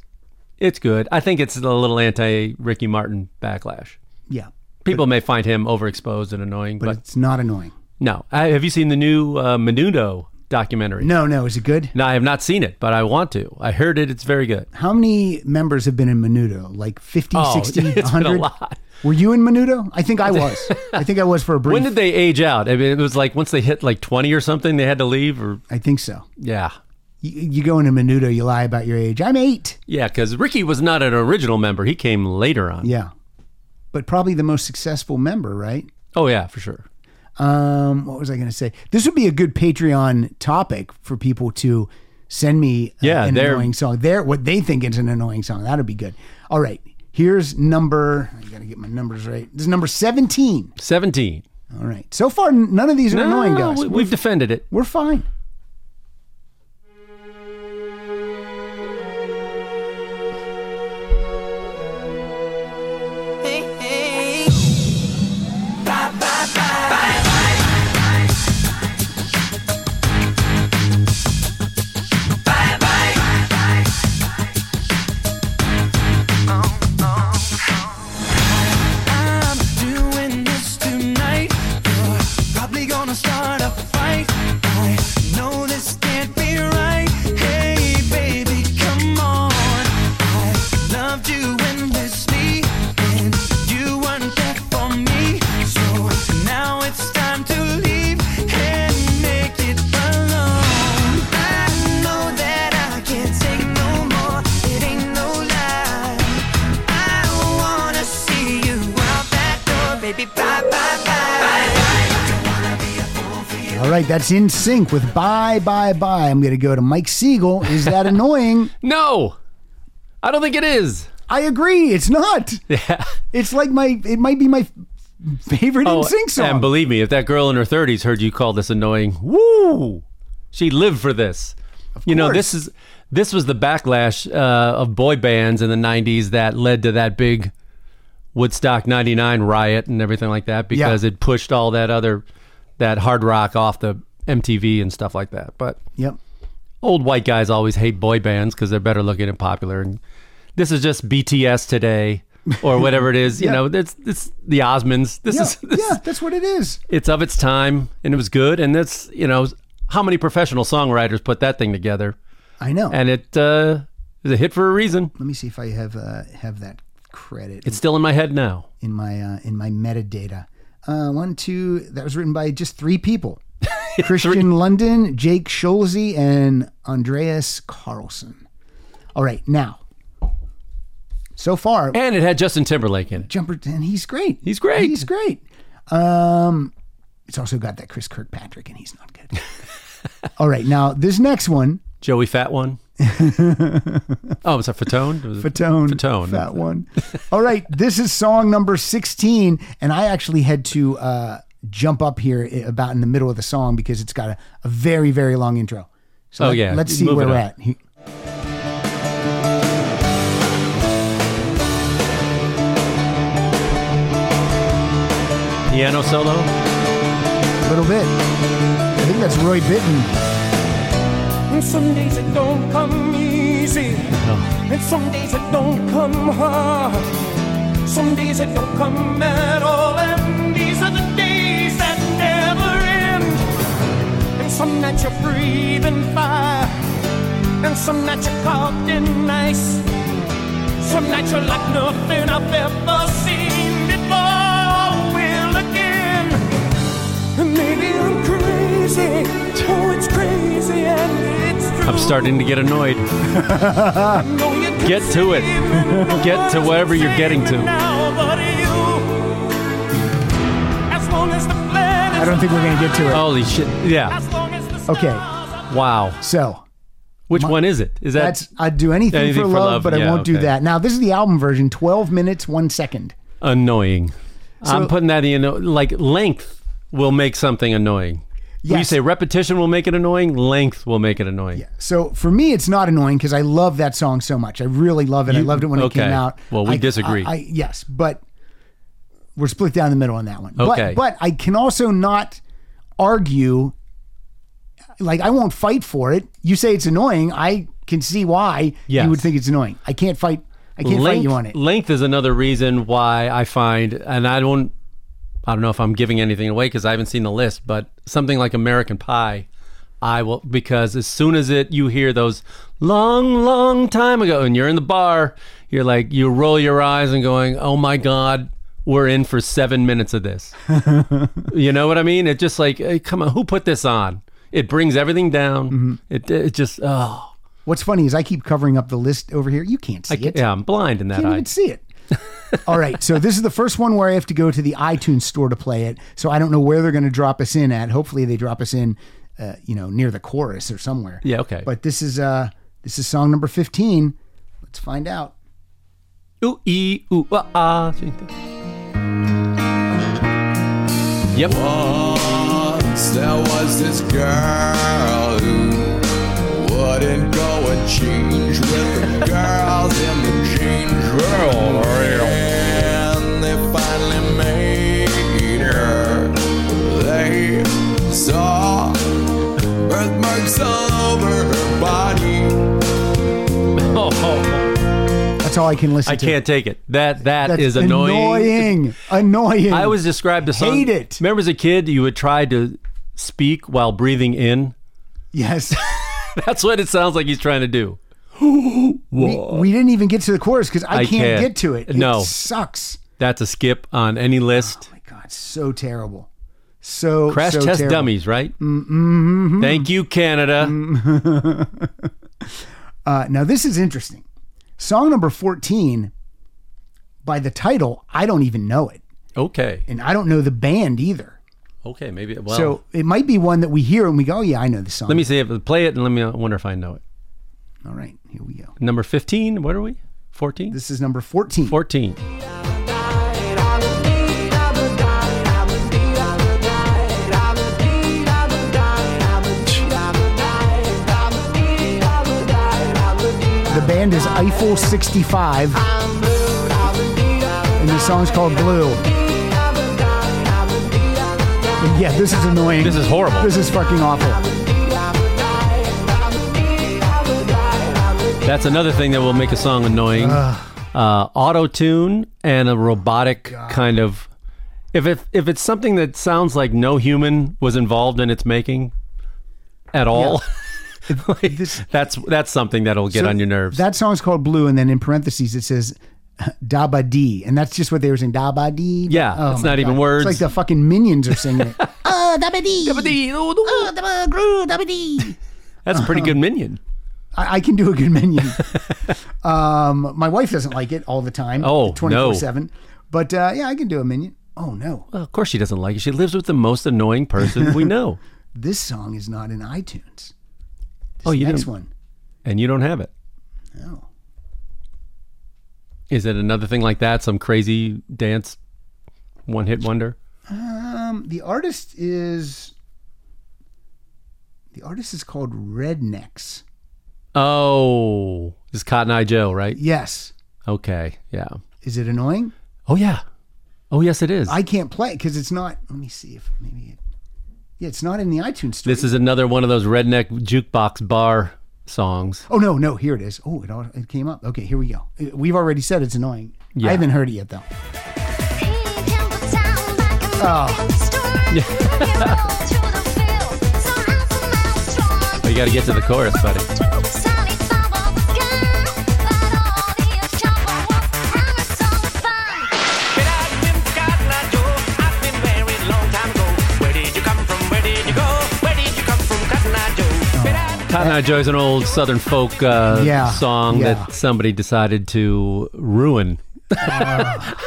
[SPEAKER 2] it's good. I think it's a little anti Ricky Martin backlash.
[SPEAKER 1] Yeah,
[SPEAKER 2] People may find him overexposed and annoying,
[SPEAKER 1] but
[SPEAKER 2] but,
[SPEAKER 1] it's not annoying.
[SPEAKER 2] no. I, have you seen the new uh, Menudo documentary?
[SPEAKER 1] No, no. Is it good?
[SPEAKER 2] No, I have not seen it, but I want to. I heard it. It's very good.
[SPEAKER 1] How many members have been in Menudo? Like 50,
[SPEAKER 2] Oh,
[SPEAKER 1] 60,
[SPEAKER 2] it's been
[SPEAKER 1] 100?
[SPEAKER 2] a lot.
[SPEAKER 1] Were you in Menudo? I think I was. I think I was for a brief.
[SPEAKER 2] When did they age out? I mean, it was like once they hit like 20 or something, they had to leave or
[SPEAKER 1] I think so.
[SPEAKER 2] yeah.
[SPEAKER 1] You, you go into Menudo, you lie about your age. I'm eight.
[SPEAKER 2] Yeah, cuz Ricky was not an original member. He came later on.
[SPEAKER 1] Yeah. But probably the most successful member, right?
[SPEAKER 2] Oh yeah, for sure.
[SPEAKER 1] Um, what was I going to say? This would be a good Patreon topic for people to send me uh,
[SPEAKER 2] Yeah,
[SPEAKER 1] an
[SPEAKER 2] they're-
[SPEAKER 1] annoying song. They're, what they think is an annoying song. That'd be good. All right. Here's number, I got to get my numbers right. This is number 17.
[SPEAKER 2] 17.
[SPEAKER 1] All right. So far, n- none of these are
[SPEAKER 2] No,
[SPEAKER 1] annoying, guys.
[SPEAKER 2] We, we've defended it.
[SPEAKER 1] We're fine.
[SPEAKER 3] I'm doing this tonight. You're probably gonna start a fight. I
[SPEAKER 1] right, that's in sync with Bye Bye Bye. I'm going to go to Mike Siegel. Is that annoying?
[SPEAKER 2] No, I don't think it is.
[SPEAKER 1] I agree. It's not.
[SPEAKER 2] Yeah.
[SPEAKER 1] It's like my. It might be my favorite in sync
[SPEAKER 2] Oh, and
[SPEAKER 1] song.
[SPEAKER 2] believe me, if that girl in her 30s heard you call this annoying, woo, she lived for this. you know, this is this was the backlash uh, of boy bands in the 90s that led to that big Woodstock 99 riot and everything like that because it pushed all that other that hard rock off the MTV and stuff like that. But
[SPEAKER 1] yep.
[SPEAKER 2] old white guys always hate boy bands because they're better looking and popular. And this is just BTS today or whatever it is. You know, it's it's the Osmonds. This
[SPEAKER 1] Yeah,
[SPEAKER 2] is this,
[SPEAKER 1] yeah, that's what it is.
[SPEAKER 2] it's of its time and it was good. And that's you know how many professional songwriters put that thing together,
[SPEAKER 1] I know.
[SPEAKER 2] and it uh, is a hit for a reason.
[SPEAKER 1] Let me see if I have uh, have that credit
[SPEAKER 2] It's still in my head now.
[SPEAKER 1] in my uh, in my metadata. Uh, one, two. That was written by just three people: Christian London, Jake Schulze, and Andreas Carlson. All right, now. So far,
[SPEAKER 2] And it had Justin Timberlake in it.
[SPEAKER 1] Jumper, and he's great.
[SPEAKER 2] He's great.
[SPEAKER 1] He's great. Um, it's also got that Chris Kirkpatrick, and he's not good. All right, now this next one,
[SPEAKER 2] Joey Fat one. oh, was that Fatone? Was it-
[SPEAKER 1] Fatone,
[SPEAKER 2] Fatone.
[SPEAKER 1] that one. All right, this is song number sixteen, and I actually had to uh, jump up here i- about in the middle of the song because it's got a, a very very long intro. So
[SPEAKER 2] Oh,
[SPEAKER 1] let-
[SPEAKER 2] yeah.
[SPEAKER 1] let's see
[SPEAKER 2] Move
[SPEAKER 1] where
[SPEAKER 2] it
[SPEAKER 1] we're
[SPEAKER 2] up.
[SPEAKER 1] at. He-
[SPEAKER 2] Piano solo.
[SPEAKER 1] A little bit. I think that's Roy Bittan.
[SPEAKER 6] Some days it don't come easy, and some days it don't come hard. Some days it don't come at all, and these are the days that never end. And some nights you're breathing fire, and some nights you're caught in ice. Some nights you're like nothing I've ever seen before, will again. And maybe I'm crazy. Oh, it's crazy and it's true.
[SPEAKER 2] I'm starting to get annoyed.
[SPEAKER 6] No, you can
[SPEAKER 2] Get to it.
[SPEAKER 6] save me, no
[SPEAKER 2] Get to
[SPEAKER 6] one
[SPEAKER 2] wherever you're
[SPEAKER 6] can
[SPEAKER 2] getting
[SPEAKER 6] save me
[SPEAKER 2] to.
[SPEAKER 6] now but you. As long as the plan
[SPEAKER 1] I don't think we're gonna get to it.
[SPEAKER 2] Holy shit! Yeah.
[SPEAKER 6] As long as the
[SPEAKER 1] Okay.
[SPEAKER 6] stars are
[SPEAKER 2] Wow.
[SPEAKER 1] So
[SPEAKER 2] Which one is it? Is that
[SPEAKER 1] that's I'd do anything,
[SPEAKER 2] Anything
[SPEAKER 1] for,
[SPEAKER 2] for
[SPEAKER 1] love,
[SPEAKER 2] love,
[SPEAKER 1] but I
[SPEAKER 2] yeah,
[SPEAKER 1] won't do
[SPEAKER 2] okay.
[SPEAKER 1] that. Now this is the album version, twelve minutes one second.
[SPEAKER 2] annoying? I'm putting that in. Like length will make something annoying. When you
[SPEAKER 1] Yes.
[SPEAKER 2] say repetition will make it annoying, length will make it annoying.
[SPEAKER 1] So for me, it's not annoying because I love that song so much. I really love it. I loved it when
[SPEAKER 2] okay.
[SPEAKER 1] it came out.
[SPEAKER 2] Well, we
[SPEAKER 1] I-
[SPEAKER 2] disagree.
[SPEAKER 1] I, I- yes, but we're split down the middle on that one.
[SPEAKER 2] Okay.
[SPEAKER 1] But, but I can also not argue. Like I won't fight for it. You say it's annoying. I can see why
[SPEAKER 2] Yes.
[SPEAKER 1] you would think it's annoying. I can't fight. I can't fight
[SPEAKER 2] length,
[SPEAKER 1] you on it.
[SPEAKER 2] length is another reason why I find, and I don't, I don't know if I'm giving anything away because I haven't seen the list, but something like American Pie, I will because as soon as it you hear those long, long time ago, and you're in the bar, you're like you roll your eyes and going, oh my god. We're in for seven minutes of this. you know what I mean? It just like, hey, come on, who put this on? It brings everything down.
[SPEAKER 1] Mm-hmm.
[SPEAKER 2] It, it just, oh,
[SPEAKER 1] What's funny is I keep covering up the list over here. You can't see
[SPEAKER 2] I,
[SPEAKER 1] it.
[SPEAKER 2] yeah, I'm blind in that
[SPEAKER 1] can't
[SPEAKER 2] eye.
[SPEAKER 1] even see it. All right, so this is the first one where I have to go to the iTunes store to play it. So I don't know where they're going to drop us in at. Hopefully, they drop us in, uh, you know, near the chorus or somewhere.
[SPEAKER 2] Yeah, okay.
[SPEAKER 1] But this is uh, this is song number fifteen. Let's find out.
[SPEAKER 2] Ooh, ee, ooh, ah, ah. Yep.
[SPEAKER 7] Once there was this girl who wouldn't go and change with the girls in the change room. And they finally made her. They saw birthmarks all over her body.
[SPEAKER 2] Oh, oh,
[SPEAKER 1] That's all I can listen
[SPEAKER 2] I
[SPEAKER 1] to.
[SPEAKER 2] can't take it. That that
[SPEAKER 1] That's
[SPEAKER 2] is annoying.
[SPEAKER 1] Annoying. Annoying.
[SPEAKER 2] I was described the song.
[SPEAKER 1] Hate it.
[SPEAKER 2] Remember as a kid, you would try to speak while breathing in.
[SPEAKER 1] yes.
[SPEAKER 2] That's what it sounds like he's trying to do.
[SPEAKER 1] we, we didn't even get to the chorus because I,
[SPEAKER 2] I can't.
[SPEAKER 1] get to it.
[SPEAKER 2] No.
[SPEAKER 1] it sucks.
[SPEAKER 2] That's a skip on any list.
[SPEAKER 1] My God, so terrible. So
[SPEAKER 2] Crash
[SPEAKER 1] Oh, so
[SPEAKER 2] test
[SPEAKER 1] terrible. Mm-hmm.
[SPEAKER 2] dummies, right? Mm-hmm. Thank you, Canada.
[SPEAKER 1] Uh, now this is interesting. Song number fourteen. By the title, I don't even know it,
[SPEAKER 2] Okay.
[SPEAKER 1] and I don't know the band either.
[SPEAKER 2] Okay, maybe. Well,
[SPEAKER 1] so it might be one that we hear and we go, oh, yeah, I know this song.
[SPEAKER 2] let me see if play it and let me I wonder if I know it.
[SPEAKER 1] All right, here we go.
[SPEAKER 2] Number 15, what are we? 14?
[SPEAKER 1] This is number 14.
[SPEAKER 2] 14.
[SPEAKER 1] The band is Eiffel 65. And the song's called Blue. And yeah, this is annoying.
[SPEAKER 2] This is horrible.
[SPEAKER 1] This is fucking awful.
[SPEAKER 2] That's another thing that will make a song annoying. Uh, Auto tune and a robotic kind of. If it, if it's something that sounds like no human was involved in its making, at all, like, that's that's something that'll get
[SPEAKER 1] So
[SPEAKER 2] on your nerves.
[SPEAKER 1] That song's called Blue, and then in parentheses it says Da Ba Dee, and that's just what they were saying. Da Ba Dee.
[SPEAKER 2] Yeah, it's
[SPEAKER 1] my
[SPEAKER 2] not even words.
[SPEAKER 1] It's like the fucking minions are singing it. Oh, Da Ba Dee. Da Ba Dee. Oh, Da Ba Gru, Da Ba Dee.
[SPEAKER 2] that's a pretty good minion.
[SPEAKER 1] I, I can do a good minion. um, my wife doesn't like it all the time.
[SPEAKER 2] Oh, no.
[SPEAKER 1] 7. But uh, yeah, I can do a minion. Oh, no.
[SPEAKER 2] Well, of course she doesn't like it. She lives with the most annoying person we know,
[SPEAKER 1] This song is not in iTunes. This
[SPEAKER 2] Oh, you
[SPEAKER 1] next
[SPEAKER 2] didn't-
[SPEAKER 1] one. Oh.
[SPEAKER 2] and you don't have it.
[SPEAKER 1] No.
[SPEAKER 2] Is it another thing like that? Some crazy dance, one hit wonder?
[SPEAKER 1] Um, the artist is. The artist is called Rednecks.
[SPEAKER 2] Oh, this is Cotton Eye Joe, right?
[SPEAKER 1] Yes.
[SPEAKER 2] Okay, yeah.
[SPEAKER 1] Is it annoying?
[SPEAKER 2] Oh yeah. Oh yes, it is.
[SPEAKER 1] I can't play it because it's not. Let me see if maybe it. Yeah, it's not in the iTunes store.
[SPEAKER 2] this is another one of those redneck jukebox bar songs.
[SPEAKER 1] Oh no, no, here it is. Oh, it all it came up. Okay, here we go. Uh, We've already said it's annoying.
[SPEAKER 2] Yeah.
[SPEAKER 1] I haven't heard it yet though.
[SPEAKER 8] Oh.
[SPEAKER 2] You got to get to the chorus, buddy. Cotton Eye Joe's an old Southern folk uh,
[SPEAKER 1] Yeah,
[SPEAKER 2] song
[SPEAKER 1] yeah.
[SPEAKER 2] that somebody decided to ruin.
[SPEAKER 1] I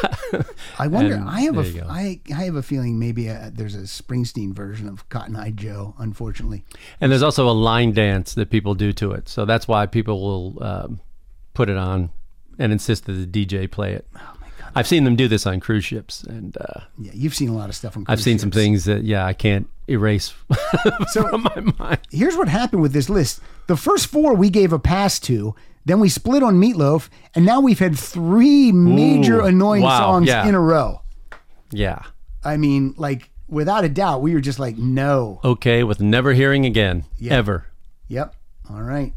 [SPEAKER 1] wonder.
[SPEAKER 2] And
[SPEAKER 1] I have a
[SPEAKER 2] there you
[SPEAKER 1] f-
[SPEAKER 2] go.
[SPEAKER 1] I I have a feeling maybe uh there's a Springsteen version of Cotton Eye Joe. Unfortunately,
[SPEAKER 2] And there's also a line dance that people do to it, so that's why people will um, put it on and insist that the DJ play it.
[SPEAKER 1] Oh,
[SPEAKER 2] I've seen them do this on cruise ships, and uh,
[SPEAKER 1] yeah, you've seen a lot of stuff on.
[SPEAKER 2] I've
[SPEAKER 1] cruise
[SPEAKER 2] seen some
[SPEAKER 1] ships.
[SPEAKER 2] things that yeah I can't erase from my mind.
[SPEAKER 1] Here's what happened with this list: the first four we gave a pass to. Then we split on Meatloaf, and now we've had three major
[SPEAKER 2] Ooh,
[SPEAKER 1] annoying
[SPEAKER 2] wow,
[SPEAKER 1] songs
[SPEAKER 2] yeah.
[SPEAKER 1] in a row.
[SPEAKER 2] Yeah,
[SPEAKER 1] I mean, like without a doubt, we were just like, no.
[SPEAKER 2] okay with never hearing again ever.
[SPEAKER 1] Yep. All right.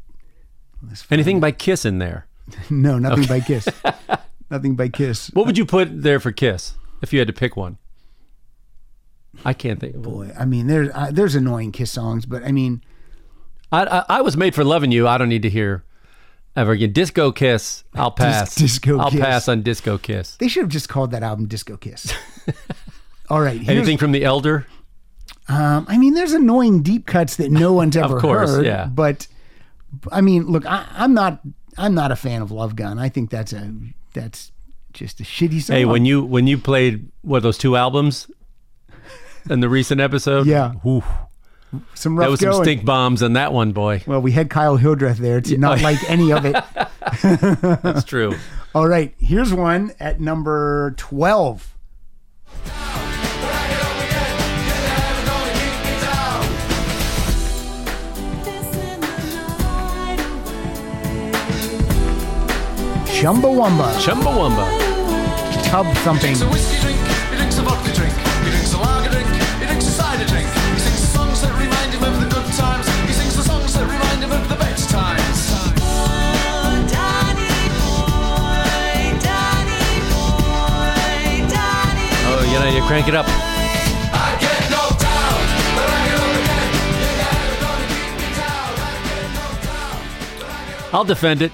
[SPEAKER 1] Let's find-
[SPEAKER 2] Anything by Kiss in there?
[SPEAKER 1] No, nothing by Kiss. nothing by Kiss.
[SPEAKER 2] What would you put there for Kiss if you had to pick one? I can't think.
[SPEAKER 1] Boy, I mean, there's uh, there's annoying Kiss songs, but I mean,
[SPEAKER 2] I, I I was made for loving you. I don't need to hear ever again. Disco Kiss. I'll pass.
[SPEAKER 1] Disco
[SPEAKER 2] I'll
[SPEAKER 1] Kiss.
[SPEAKER 2] pass on Disco Kiss.
[SPEAKER 1] they should have just called that album Disco Kiss. All right. here's-
[SPEAKER 2] Anything from the Elder?
[SPEAKER 1] Um, I mean, there's annoying deep cuts that no one's ever
[SPEAKER 2] course,
[SPEAKER 1] heard.
[SPEAKER 2] yeah.
[SPEAKER 1] But I mean, look, I, I'm not I'm not a fan of Love Gun. I think that's a that's just a shitty song.
[SPEAKER 2] Hey, when you when you played what those two albums in the recent episode?
[SPEAKER 1] Yeah.
[SPEAKER 2] Oof,
[SPEAKER 1] some rough
[SPEAKER 2] that was some
[SPEAKER 1] going.
[SPEAKER 2] stink bombs on that one, boy.
[SPEAKER 1] Well, we had Kyle Hildreth there to not like any of it.
[SPEAKER 2] That's true.
[SPEAKER 1] All right, here's one at number 12. Chumbawamba,
[SPEAKER 2] Chumbawamba.
[SPEAKER 1] tub something.
[SPEAKER 9] drinks a whiskey drink, he drinks a vodka drink, he drinks a lager drink, he drinks a cider drink. He sings the songs that remind him of the good times, he sings the songs that remind him of the best times.
[SPEAKER 2] Oh, you know you crank it up.
[SPEAKER 9] I get knocked out, but I get up again.
[SPEAKER 2] I'll defend it.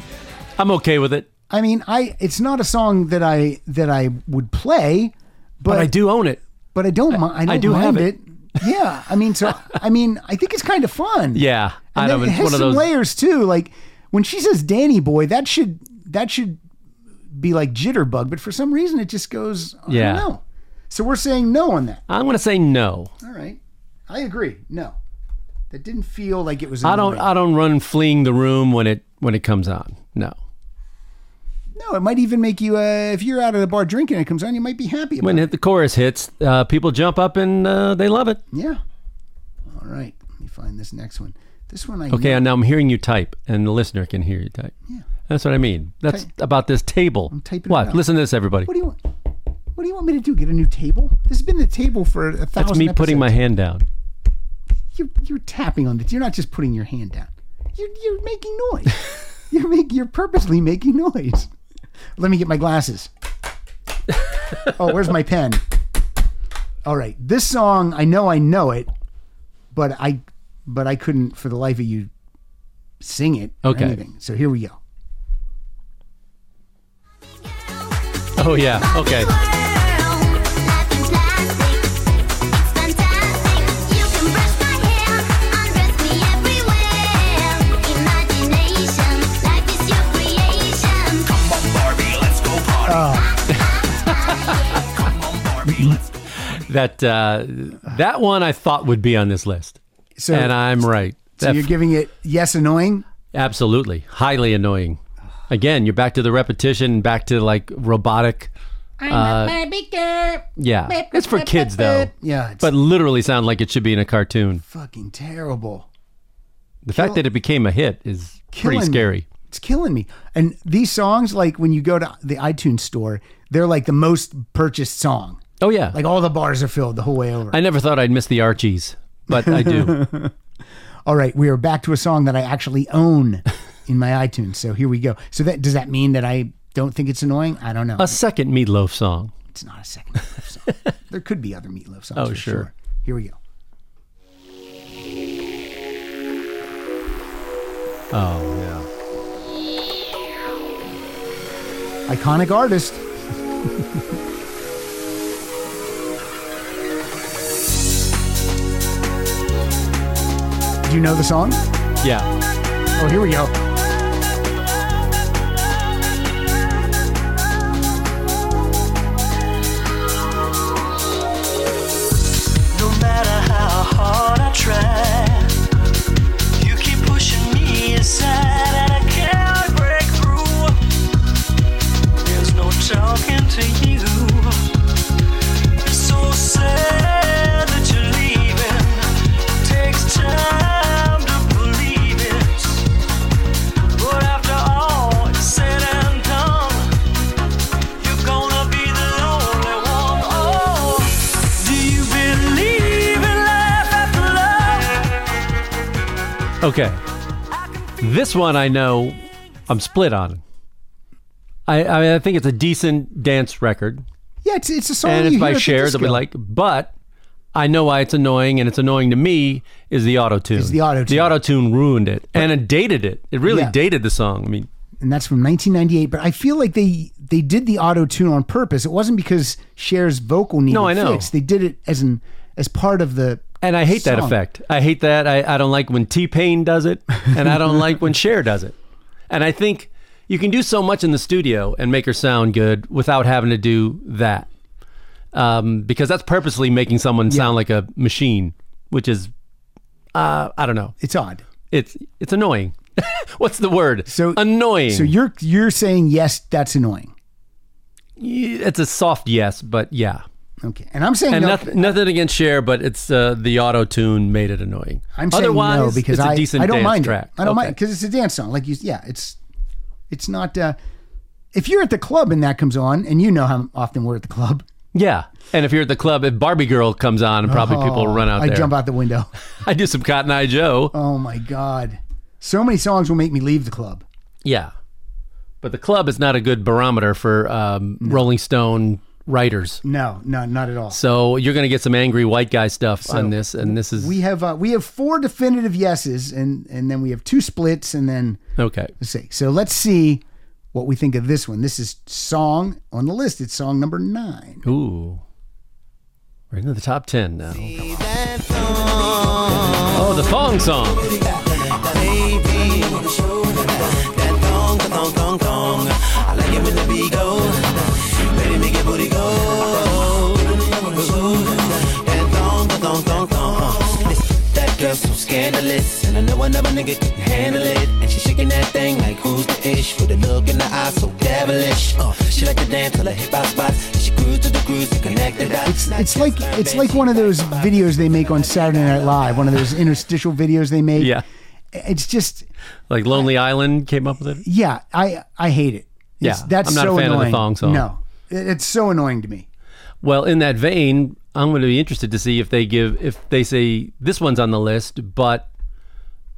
[SPEAKER 2] I'm okay with it,
[SPEAKER 1] I mean, I it's not a song that I that I would play, but,
[SPEAKER 2] but I do own it.
[SPEAKER 1] but I don't mind. I, don't
[SPEAKER 2] do
[SPEAKER 1] mind
[SPEAKER 2] have
[SPEAKER 1] it.
[SPEAKER 2] it.
[SPEAKER 1] Yeah, I mean, so I mean, I think it's kind of fun.
[SPEAKER 2] Yeah, I
[SPEAKER 1] And
[SPEAKER 2] know
[SPEAKER 1] then it
[SPEAKER 2] it's
[SPEAKER 1] has
[SPEAKER 2] one of
[SPEAKER 1] some
[SPEAKER 2] those.
[SPEAKER 1] layers too. Like when she says "Danny boy," that should that should be like jitterbug, but for some reason it just goes. I
[SPEAKER 2] Yeah.
[SPEAKER 1] don't know. So we're saying no on that.
[SPEAKER 2] I'm going to say no.
[SPEAKER 1] All right. I agree. No. That didn't feel like it was. in
[SPEAKER 2] I
[SPEAKER 1] the
[SPEAKER 2] don't. uh,
[SPEAKER 1] right.
[SPEAKER 2] I don't run fleeing the room when it when it comes on. No.
[SPEAKER 1] No, it might even make you. Uh, if you're out at a bar drinking, and it comes on. You might be happy. About
[SPEAKER 2] When
[SPEAKER 1] it.
[SPEAKER 2] it, the chorus hits, uh, people jump up and uh, they love it.
[SPEAKER 1] Yeah. All right. Let me find this next one. This one I
[SPEAKER 2] Okay,
[SPEAKER 1] know.
[SPEAKER 2] and now I'm hearing you type, and the listener can hear you type. Yeah. That's what I mean. That's about this table. I'm
[SPEAKER 1] typing it
[SPEAKER 2] What?
[SPEAKER 1] out.
[SPEAKER 2] Listen to this, everybody.
[SPEAKER 1] What do you want? What do you want me to do? Get a new table? This has been the table for a thousand.
[SPEAKER 2] That's me putting my
[SPEAKER 1] episodes.
[SPEAKER 2] hand down.
[SPEAKER 1] You're, you're tapping on it. You're not just putting your hand down. You're, you're making noise. you're make, You're purposely making noise. Let me get my glasses. oh, where's my pen? All right. This song, I know I know it, but I, but I couldn't for the life of you, sing it. or
[SPEAKER 2] Okay.
[SPEAKER 1] anything. So here we go.
[SPEAKER 2] Oh yeah. Okay. That uh, that one I thought would be on this list,
[SPEAKER 1] So,
[SPEAKER 2] and uh, I'm right.
[SPEAKER 1] so
[SPEAKER 2] That-
[SPEAKER 1] you're giving it yes, annoying.
[SPEAKER 2] absolutely highly annoying. Again, you're back to the repetition, back to like robotic. uh, yeah, it's for kids though.
[SPEAKER 1] Yeah, it's
[SPEAKER 2] But literally sound like it should be in a cartoon.
[SPEAKER 1] fucking terrible.
[SPEAKER 2] The fact that it became a hit is
[SPEAKER 1] Killing
[SPEAKER 2] pretty
[SPEAKER 1] me.
[SPEAKER 2] scary.
[SPEAKER 1] It's killing me. And these songs, like when you go to the iTunes store, they're like the most purchased song.
[SPEAKER 2] Oh yeah.
[SPEAKER 1] Like all the bars are filled the whole way over.
[SPEAKER 2] I never thought I'd miss the Archies, but I do.
[SPEAKER 1] all right, we are back to a song that I actually own in my iTunes. So here we go. So that does that mean that I don't think it's annoying? I don't know.
[SPEAKER 2] a second Meatloaf song.
[SPEAKER 1] it's not a second meatloaf song. there could be other meatloaf songs.
[SPEAKER 2] Oh,
[SPEAKER 1] for
[SPEAKER 2] sure.
[SPEAKER 1] sure. Here we go.
[SPEAKER 2] Oh yeah.
[SPEAKER 1] Iconic artist. Do you know the song?
[SPEAKER 2] Yeah.
[SPEAKER 1] Oh, here we go.
[SPEAKER 4] No matter how hard I try, you keep pushing me aside, and I can't break through. There's no talking to you. It's so sad that you're leaving. Takes time to believe it, but after all is said and done, you're gonna be the lonely one. Oh. Do you believe in life after love?
[SPEAKER 2] Okay. This one I know I'm split on. I I, mean, I think it's a decent dance record,
[SPEAKER 1] Yeah, it's, it's a song.
[SPEAKER 2] and
[SPEAKER 1] you
[SPEAKER 2] if I
[SPEAKER 1] hear at the
[SPEAKER 2] share, they'll be
[SPEAKER 1] disco.
[SPEAKER 2] like, but. I know why it's annoying, and it's annoying to me is the auto tune.
[SPEAKER 1] Is the auto-tune.
[SPEAKER 2] The auto tune ruined it, and it dated it. It really
[SPEAKER 1] Yeah.
[SPEAKER 2] dated the song. I mean,
[SPEAKER 1] and that's from 1998. But I feel like they they did the auto tune on purpose. It wasn't because Cher's vocal needed
[SPEAKER 2] No, I know.
[SPEAKER 1] fixed. They did it as an as part of the.
[SPEAKER 2] and I hate that
[SPEAKER 1] song.
[SPEAKER 2] effect. I hate that. I, I don't like when T Pain does it, and I don't like when Cher does it. And I think you can do so much in the studio and make her sound good without having to do that, um, because that's purposely making someone sound like a machine, which is, uh, I don't know.
[SPEAKER 1] It's odd.
[SPEAKER 2] It's it's annoying. What's the word?
[SPEAKER 1] So-
[SPEAKER 2] annoying.
[SPEAKER 1] So you're you're saying yes, that's annoying.
[SPEAKER 2] it's a soft yes, but yeah.
[SPEAKER 1] Okay, and I'm saying
[SPEAKER 2] And
[SPEAKER 1] no.
[SPEAKER 2] nothing, nothing against Cher, but it's uh, the auto tune made it annoying.
[SPEAKER 1] I'm saying
[SPEAKER 2] Otherwise,
[SPEAKER 1] no because
[SPEAKER 2] it's a
[SPEAKER 1] I-
[SPEAKER 2] decent
[SPEAKER 1] I don't
[SPEAKER 2] dance
[SPEAKER 1] mind
[SPEAKER 2] track.
[SPEAKER 1] it. I don't
[SPEAKER 2] Okay.
[SPEAKER 1] mind because it's a dance song. Like you, yeah, it's it's not. Uh, if you're at the club and that comes on, and you know how often we're at the club,
[SPEAKER 2] Yeah. And if you're at the club, if Barbie Girl comes on, and probably people run out
[SPEAKER 1] Oh, I
[SPEAKER 2] there.
[SPEAKER 1] jump out the window.
[SPEAKER 2] I do some Cotton Eye Joe.
[SPEAKER 1] Oh my god, so many songs will make me leave the club.
[SPEAKER 2] Yeah. But the club is not a good barometer for um, Rolling Stone writers.
[SPEAKER 1] No, no, not at all.
[SPEAKER 2] So you're going to get some angry white guy stuff on this. And this is.
[SPEAKER 1] We have uh, we have four definitive yeses, and and then we have two splits, and then
[SPEAKER 2] okay.
[SPEAKER 1] let's see. So let's see what we think of this one. This is song on the list. It's song number nine.
[SPEAKER 2] Ooh. We're into the top 10 now. Oh, the thong song.
[SPEAKER 4] Let me get booty go.
[SPEAKER 10] scandalous. And I know another nigga can handle it. And she shaking that thing like who's the ish with a look in the eye so devilish. Uh, she like to dance till her hip hop spots. And she cruise to the cruise to connect the dots.
[SPEAKER 1] It's like it's like one of those videos they make on Saturday Night Live, one of those interstitial videos they make.
[SPEAKER 2] Yeah.
[SPEAKER 1] It's just
[SPEAKER 2] Like Lonely Island came up with it.
[SPEAKER 1] yeah, I I hate it. It's-
[SPEAKER 2] Yeah,
[SPEAKER 1] that's
[SPEAKER 2] I'm not a
[SPEAKER 1] so
[SPEAKER 2] fan of the
[SPEAKER 1] annoying.
[SPEAKER 2] thong song.
[SPEAKER 1] No, It- it's so annoying to me.
[SPEAKER 2] Well, in that vein, I'm going to be interested to see if they give if they say this one's on the list, but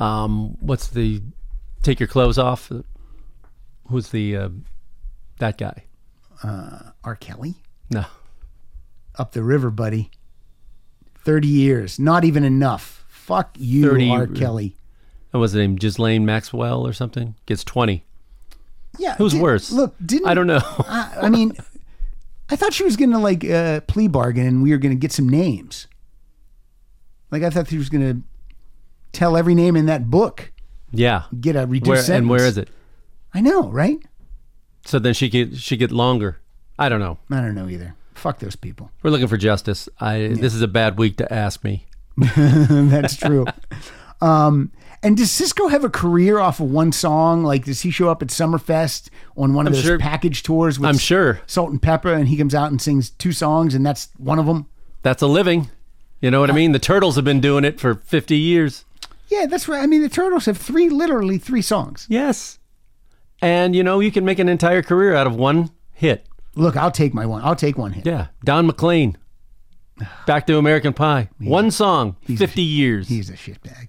[SPEAKER 2] um, what's the take your clothes off? Who's the uh, that guy?
[SPEAKER 1] R. Kelly,
[SPEAKER 2] No,
[SPEAKER 1] up the river, buddy. Thirty years, not even enough. Fuck you,
[SPEAKER 2] 30
[SPEAKER 1] R. Kelly.
[SPEAKER 2] what was the name? Ghislaine Maxwell or something? Gets 20.
[SPEAKER 1] Yeah,
[SPEAKER 2] Who's
[SPEAKER 1] di-
[SPEAKER 2] worse?
[SPEAKER 1] Look, didn't
[SPEAKER 2] I don't know.
[SPEAKER 1] I, I mean, I thought she was going to like uh, plea bargain and we were going to get some names. Like I thought she was going to tell every name in that book,
[SPEAKER 2] yeah,
[SPEAKER 1] get a reduced
[SPEAKER 2] where
[SPEAKER 1] sentence.
[SPEAKER 2] and where is it?
[SPEAKER 1] I know, right?
[SPEAKER 2] So then she get she get longer. I don't know.
[SPEAKER 1] I don't know either. Fuck those people.
[SPEAKER 2] We're looking for justice. I this is a bad week to ask me.
[SPEAKER 1] That's true. um, and does Cisco have a career off of one song? Like, does he show up at Summerfest on one of those
[SPEAKER 2] sure-
[SPEAKER 1] package tours? With
[SPEAKER 2] I'm sure.
[SPEAKER 1] Salt and Pepper, and he comes out and sings two songs, and that's one of them.
[SPEAKER 2] That's a living. You know what I mean? The turtles have been doing it for 50 years.
[SPEAKER 1] Yeah, that's right. I mean, the Turtles have three, literally three songs.
[SPEAKER 2] Yes. And you know, you can make an entire career out of one hit.
[SPEAKER 1] Look, I'll take my one. I'll take one hit.
[SPEAKER 2] Yeah. Don McLean. Back to American Pie. One song, 50 years.
[SPEAKER 1] He's a shitbag.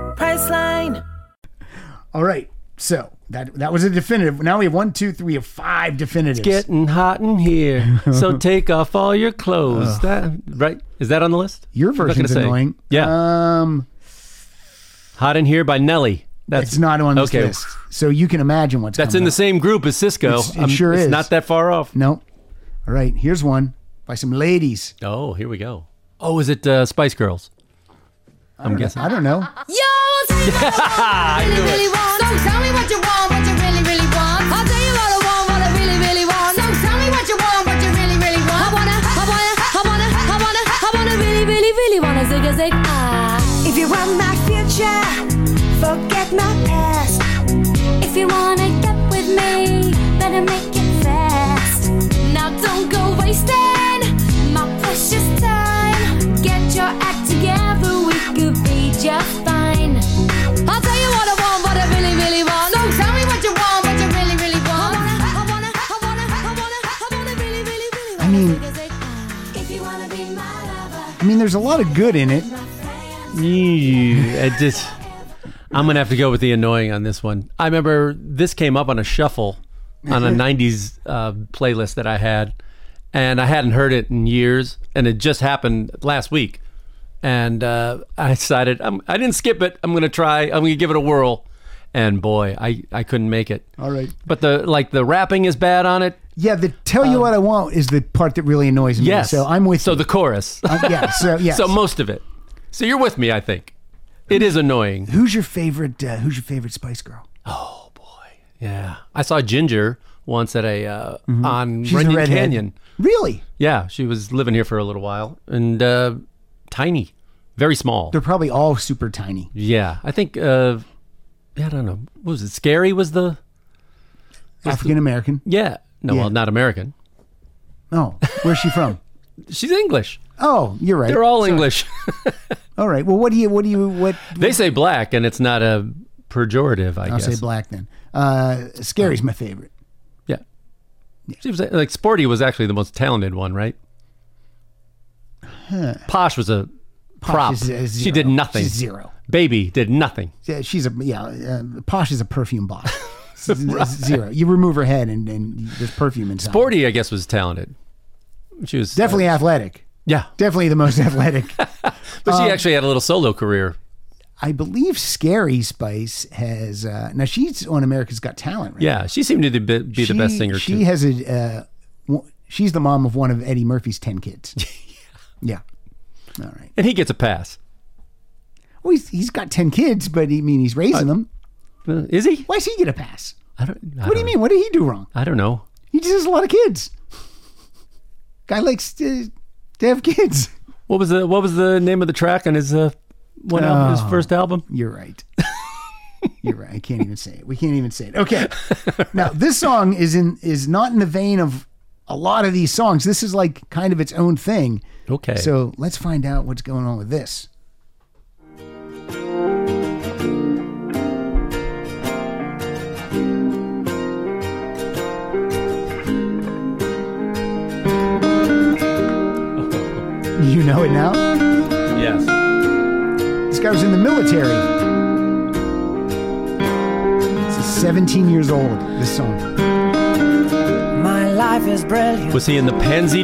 [SPEAKER 4] Priceline.
[SPEAKER 1] All right. So that that was a definitive. Now we have one, two, three, of five definitives.
[SPEAKER 2] Getting hot in here. So take off all your clothes. That right? Is that on the list?
[SPEAKER 1] Your
[SPEAKER 2] I'm not
[SPEAKER 1] version's
[SPEAKER 2] gonna say.
[SPEAKER 1] annoying.
[SPEAKER 2] Yeah.
[SPEAKER 1] Um,
[SPEAKER 2] hot in here by Nelly. That's
[SPEAKER 1] it's not on this
[SPEAKER 2] okay.
[SPEAKER 1] list, so you can imagine what's
[SPEAKER 2] That's in
[SPEAKER 1] coming
[SPEAKER 2] the same group as Cisco.
[SPEAKER 1] It's- it sure
[SPEAKER 2] it's
[SPEAKER 1] is.
[SPEAKER 2] not that far off.
[SPEAKER 1] No. All right. Here's one by some ladies.
[SPEAKER 2] Oh, here we go. Oh, is it uh, Spice Girls? I'm guessing.
[SPEAKER 1] I don't know.
[SPEAKER 10] Yo, I really, really want. So tell me what you want, what you really, really want. I'll tell you what I want, what I really, really want. So tell me what you want, what you really, really want. I wanna, I wanna, I wanna, I wanna, I wanna really, really, really wanna zig a zig ah. If you want my future, forget my past. If you wanna get with me, better make it fast. Now don't go wasting my precious time. Get your act together, we could be just fine. I'll tell you what I want, what I really, really want. So tell me what you want, what you really, really want. I wanna, I wanna, I wanna, I wanna really, really, really
[SPEAKER 1] I mean-
[SPEAKER 10] if you wanna be my lover,
[SPEAKER 1] I mean, there's a lot of good in it.
[SPEAKER 10] my friend.
[SPEAKER 2] Yeah, I just, I'm gonna have to go with the annoying on this one. I remember this came up on a shuffle on a '90s uh, playlist that I had, and I hadn't heard it in years, and it just happened last week. And uh, I decided I'm, I didn't skip it. I'm gonna try. I'm gonna give it a whirl. And boy, I, I couldn't make it.
[SPEAKER 1] All right.
[SPEAKER 2] But the like the rapping is bad on it.
[SPEAKER 1] Yeah, the "Tell You What I Want" is the part that really annoys me.
[SPEAKER 2] Um, Yes.
[SPEAKER 1] So I'm with
[SPEAKER 2] So
[SPEAKER 1] you.
[SPEAKER 2] the chorus.
[SPEAKER 1] Uh, yeah. So yeah.
[SPEAKER 2] So most of it. So you're with me, I think. It is annoying.
[SPEAKER 1] who's your favorite? Uh, who's your favorite Spice Girl?
[SPEAKER 2] Yeah, I saw Ginger once at a uh,
[SPEAKER 1] Mm-hmm.
[SPEAKER 2] on
[SPEAKER 1] She's a
[SPEAKER 2] Runyon
[SPEAKER 1] redhead.
[SPEAKER 2] Canyon.
[SPEAKER 1] Really?
[SPEAKER 2] Yeah, she was living here for a little while and uh, tiny, very small.
[SPEAKER 1] They're probably all super tiny.
[SPEAKER 2] yeah, I think. Uh, yeah, I don't know. What was it? Scary was the
[SPEAKER 1] African American.
[SPEAKER 2] yeah. No,
[SPEAKER 1] Yeah.
[SPEAKER 2] well, not American.
[SPEAKER 1] Oh, where's she from?
[SPEAKER 2] She's English.
[SPEAKER 1] Oh, you're right.
[SPEAKER 2] They're all English.
[SPEAKER 1] all right. Well, what do you? What do you? What?
[SPEAKER 2] they say black, and it's not a pejorative. I
[SPEAKER 1] I'll
[SPEAKER 2] guess.
[SPEAKER 1] say black then. Uh, Scary's my favorite.
[SPEAKER 2] Yeah. She was uh, like Sporty was actually the most talented one, right? Posh was a prop.
[SPEAKER 1] is a
[SPEAKER 2] she
[SPEAKER 1] zero.
[SPEAKER 2] did nothing.
[SPEAKER 1] She's zero.
[SPEAKER 2] Baby did nothing.
[SPEAKER 1] Yeah, she's a yeah. Uh, Posh is a perfume box. Z- Zero. You remove her head and, and there's perfume inside.
[SPEAKER 2] Sporty, I guess, was talented. She was uh,
[SPEAKER 1] Definitely athletic.
[SPEAKER 2] yeah,
[SPEAKER 1] Definitely the most athletic.
[SPEAKER 2] but she actually had a little solo career.
[SPEAKER 1] I believe Scary Spice has uh, now she's on America's Got Talent. Right?
[SPEAKER 2] Yeah, she seemed to be, be the best singer
[SPEAKER 1] She
[SPEAKER 2] too.
[SPEAKER 1] has a. Uh, w- she's the mom of one of Eddie Murphy's ten kids. yeah. All right.
[SPEAKER 2] and he gets a pass.
[SPEAKER 1] Well, he's, he's got ten kids, but I mean, he's raising them.
[SPEAKER 2] Uh, Is he?
[SPEAKER 1] Why does he get a pass?
[SPEAKER 2] I don't. I
[SPEAKER 1] What do you mean? What did he do wrong?
[SPEAKER 2] I don't know.
[SPEAKER 1] He just has a lot of kids. Guy likes to, to have kids.
[SPEAKER 2] What was the What was the name of the track on his uh, one album, his
[SPEAKER 1] Oh.
[SPEAKER 2] first album?
[SPEAKER 1] You're right. You're right. I can't even say it. We can't even say it. Okay. Now this song is in is not in the vein of a lot of these songs. This is like kind of its own thing.
[SPEAKER 2] Okay.
[SPEAKER 1] So let's find out what's going on with this. You know it now?
[SPEAKER 2] yes.
[SPEAKER 1] This guy was in the military. This is 17 years old, this song.
[SPEAKER 3] My life is brilliant.
[SPEAKER 2] Was he in the Pansy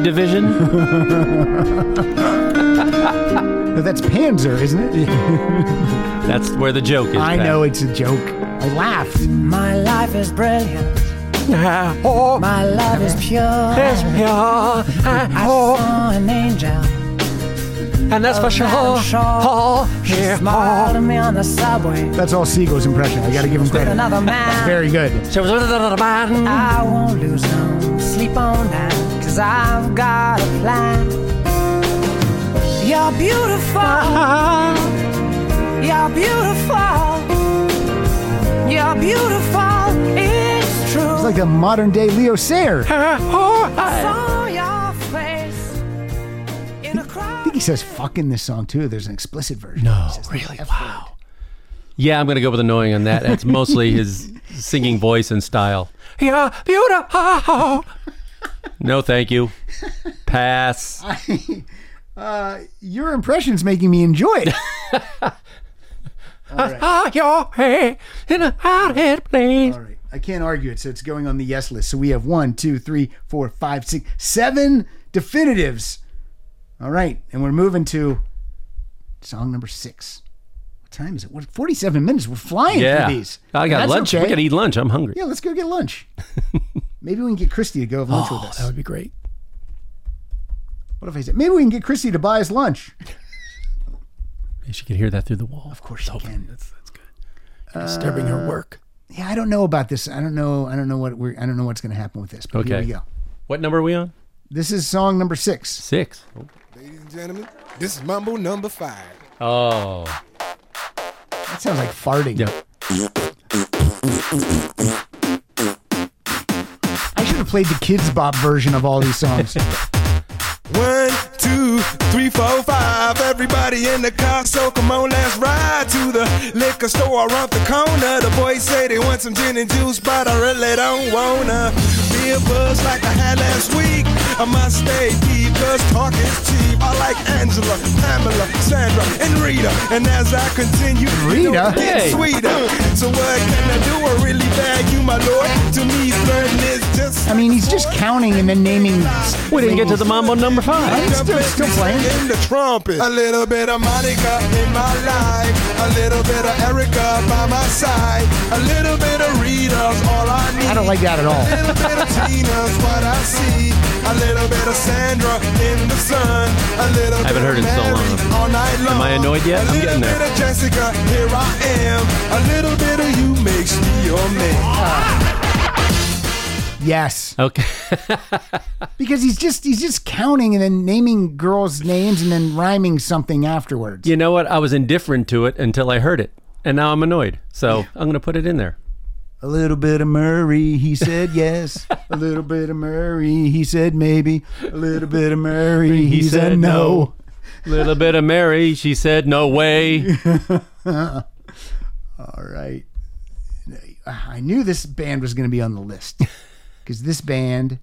[SPEAKER 2] division?
[SPEAKER 1] No, that's Panzer, isn't it?
[SPEAKER 2] That's where the joke is.
[SPEAKER 1] I
[SPEAKER 2] Pat.
[SPEAKER 1] know it's a joke. I laughed.
[SPEAKER 3] My life is brilliant. My love is pure. I saw an angel.
[SPEAKER 2] and that's for
[SPEAKER 3] I'm
[SPEAKER 4] Oh,
[SPEAKER 3] sure she smiled at me on the subway.
[SPEAKER 1] That's all Siegel's impression. I gotta give him credit.
[SPEAKER 3] Another man.
[SPEAKER 1] Very good.
[SPEAKER 3] I won't lose no sleep on that, cause I've got a plan. You're beautiful. You're beautiful. You're beautiful. It's true.
[SPEAKER 1] It's like a modern day Leo Sayer. I
[SPEAKER 3] I saw your face in a crowd.
[SPEAKER 1] think he says fuck in this song too. There's an explicit version.
[SPEAKER 2] No, really? Wow. Yeah, I'm going to go with annoying on that. That's mostly his singing voice and style. Yeah, beautiful. No, thank you. Pass.
[SPEAKER 1] Your impression's making me enjoy it.
[SPEAKER 2] Ah, your hey, in a hard-hit place.
[SPEAKER 1] all right. I can't argue it, so it's going on the yes list. So we have one, two, three, four, five, six, seven definitives. All right, and we're moving to song number six. What time is it? What? Forty-seven minutes. We're flying
[SPEAKER 2] Yeah,
[SPEAKER 1] through these.
[SPEAKER 2] I
[SPEAKER 1] And
[SPEAKER 2] got
[SPEAKER 1] that's
[SPEAKER 2] lunch.
[SPEAKER 1] okay.
[SPEAKER 2] We got to eat lunch. I'm hungry.
[SPEAKER 1] Yeah, let's go get lunch. Maybe we can get Christy to go have lunch with us.
[SPEAKER 2] Oh, be great.
[SPEAKER 1] What if I said? Maybe we can get Christy to buy us lunch.
[SPEAKER 2] She could hear that through the wall.
[SPEAKER 1] Of course she can. Uh,
[SPEAKER 2] That's, that's good. You're disturbing her work.
[SPEAKER 1] Yeah, I don't know about this. I don't know. I don't know what we're. I don't know what's going to happen with this. But here
[SPEAKER 2] Okay.
[SPEAKER 1] we go.
[SPEAKER 2] What number are we on?
[SPEAKER 1] This is song number six.
[SPEAKER 2] Six.
[SPEAKER 7] Ladies and gentlemen, this is Mumble number five.
[SPEAKER 2] Oh,
[SPEAKER 1] That sounds like farting.
[SPEAKER 2] yeah.
[SPEAKER 1] I should have played the Kids Bop version of all these songs.
[SPEAKER 7] One, two, three, four, five. Everybody in the car, so come on, let's ride to the liquor store around the corner. The boys say they want some gin and juice, but I really don't wanna be a buzz like I had last week. I must stay deep, cause talk is cheap. I like Angela, Pamela, Sandra, and Rita. And as I continue,
[SPEAKER 1] Rita?
[SPEAKER 7] Hey.
[SPEAKER 2] Hey.
[SPEAKER 7] Sweeter. So what can I do? I really bag you, my lord. To me, flirting is just.
[SPEAKER 1] I mean, he's just counting and then naming. s-
[SPEAKER 2] We didn't get to the mambo number five.
[SPEAKER 1] It's still- it's still playing.
[SPEAKER 7] In the trumpet. A little bit of Monica in my life. A little bit of Erica by my side. A little bit of Rita's all I need.
[SPEAKER 1] I don't like that at
[SPEAKER 7] A
[SPEAKER 1] all.
[SPEAKER 7] little bit of Tina's what I see. A little bit of Sandra in the sun. A little
[SPEAKER 2] I
[SPEAKER 7] bit
[SPEAKER 2] haven't heard
[SPEAKER 7] of
[SPEAKER 2] it in so
[SPEAKER 7] Mary
[SPEAKER 2] long.
[SPEAKER 7] all night long.
[SPEAKER 2] Am I annoyed yet?
[SPEAKER 7] A
[SPEAKER 2] I'm
[SPEAKER 7] little
[SPEAKER 2] getting there.
[SPEAKER 7] bit of Jessica, here I am. A little bit of you makes me your man.
[SPEAKER 1] Yes,
[SPEAKER 2] Okay.
[SPEAKER 1] because he's just he's just counting and then naming girls' names and then rhyming something afterwards.
[SPEAKER 2] You know what? I was indifferent to it until I heard it, and now I'm annoyed. So I'm going to put it in there.
[SPEAKER 1] A little bit of Murray, he said yes. A little bit of Murray, he said maybe. A little bit of Murray, he, said, no.
[SPEAKER 2] Little bit of Mary, she said, "No way."
[SPEAKER 1] All right. I knew this band was going to be on the list because this band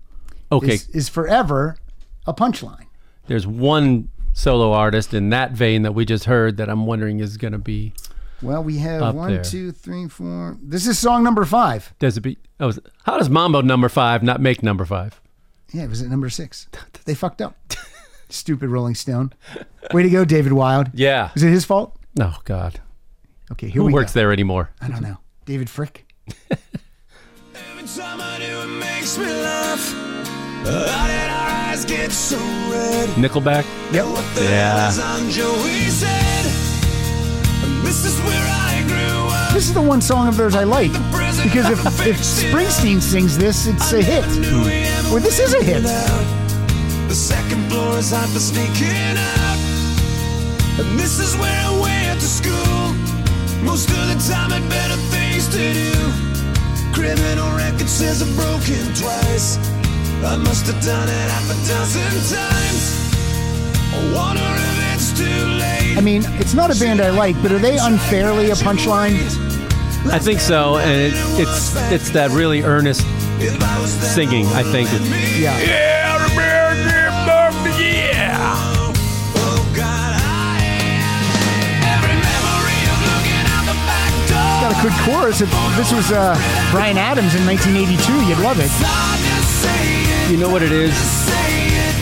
[SPEAKER 2] Okay,
[SPEAKER 1] is, is forever a punchline.
[SPEAKER 2] there's one solo artist in that vein that we just heard that I'm wondering is going to be.
[SPEAKER 1] Well, we have
[SPEAKER 2] Up
[SPEAKER 1] one,
[SPEAKER 2] there.
[SPEAKER 1] two, three, four. This is song number five.
[SPEAKER 2] Does it be? Oh, is- how does Mambo number five not make number five?
[SPEAKER 1] Yeah, it was at number six. They fucked up. Stupid Rolling Stone. Way to go, David Wilde.
[SPEAKER 2] Yeah.
[SPEAKER 1] Is it his fault?
[SPEAKER 2] Oh God.
[SPEAKER 1] Okay, here
[SPEAKER 2] Who
[SPEAKER 1] we
[SPEAKER 2] works
[SPEAKER 1] go.
[SPEAKER 2] there anymore?
[SPEAKER 1] I don't know. David Frick.
[SPEAKER 7] Every time I do, it makes me laugh. How did our eyes get so red?
[SPEAKER 2] Nickelback.
[SPEAKER 1] Yep.
[SPEAKER 7] The
[SPEAKER 2] Yeah.
[SPEAKER 7] Alessandro, he said, This is where I grew up.
[SPEAKER 1] This is the one song of theirs I like because if, if Springsteen sings this, it's a hit. Well, this is a hit.
[SPEAKER 7] The second floor is hot for sneaking out. And this is where I went to school. Most of the time, had better things to do. Criminal record says I'm broken twice. I must have done it half a dozen times. I wonder if it's too late.
[SPEAKER 1] I mean, it's not a band I like, but are they unfairly a punchline?
[SPEAKER 2] I think so, and it, it's it's that really earnest
[SPEAKER 7] If I was there,
[SPEAKER 2] singing. I think.
[SPEAKER 1] Yeah.
[SPEAKER 7] Yeah, remember, yeah. Oh God, I am. Every memory of looking out the back door.
[SPEAKER 1] Got a good chorus. If this was uh, Brian Adams in 1982, you'd love it.
[SPEAKER 7] I'll just say it,
[SPEAKER 2] You know what it is?
[SPEAKER 7] say it.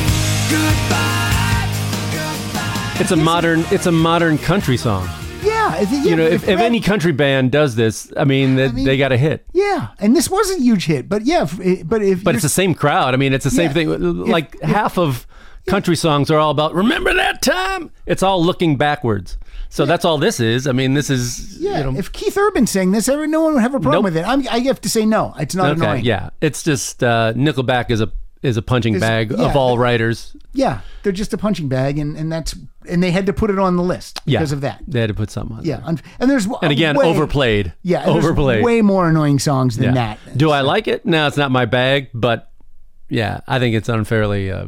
[SPEAKER 7] Goodbye, goodbye.
[SPEAKER 2] It's a modern it's a modern country song.
[SPEAKER 1] Yeah. if-
[SPEAKER 2] You know,
[SPEAKER 1] yeah,
[SPEAKER 2] if, if
[SPEAKER 1] Brad-
[SPEAKER 2] any country band does this, I mean, they,
[SPEAKER 1] mean-
[SPEAKER 2] they got a hit.
[SPEAKER 1] Yeah, and this was a huge hit, but yeah, if, but if
[SPEAKER 2] But it's the same crowd. I mean, it's the same
[SPEAKER 1] Yeah.
[SPEAKER 2] thing. Like half of country songs are all about remember that time. It's all looking backwards. So that's all this is. I mean, this is
[SPEAKER 1] yeah,
[SPEAKER 2] you know,
[SPEAKER 1] if Keith Urban sang this, everyone, no one would have a problem
[SPEAKER 2] Nope.
[SPEAKER 1] with it. I'm, I have to say no, it's not
[SPEAKER 2] okay,
[SPEAKER 1] annoying.
[SPEAKER 2] yeah. It's just uh, Nickelback is a is a punching
[SPEAKER 1] Is-
[SPEAKER 2] bag
[SPEAKER 1] yeah.
[SPEAKER 2] of all writers.
[SPEAKER 1] Yeah, they're just a punching bag, and, and that's and they had to put it on the list
[SPEAKER 2] Yeah,
[SPEAKER 1] because of that.
[SPEAKER 2] they had to put something on.
[SPEAKER 1] Yeah,
[SPEAKER 2] there.
[SPEAKER 1] un- and there's
[SPEAKER 2] and again,
[SPEAKER 1] way,
[SPEAKER 2] overplayed.
[SPEAKER 1] Yeah, and there's
[SPEAKER 2] overplayed.
[SPEAKER 1] Way more annoying songs than
[SPEAKER 2] Yeah.
[SPEAKER 1] that.
[SPEAKER 2] Do I like it? No, it's not my bag, but yeah, I think it's unfairly uh,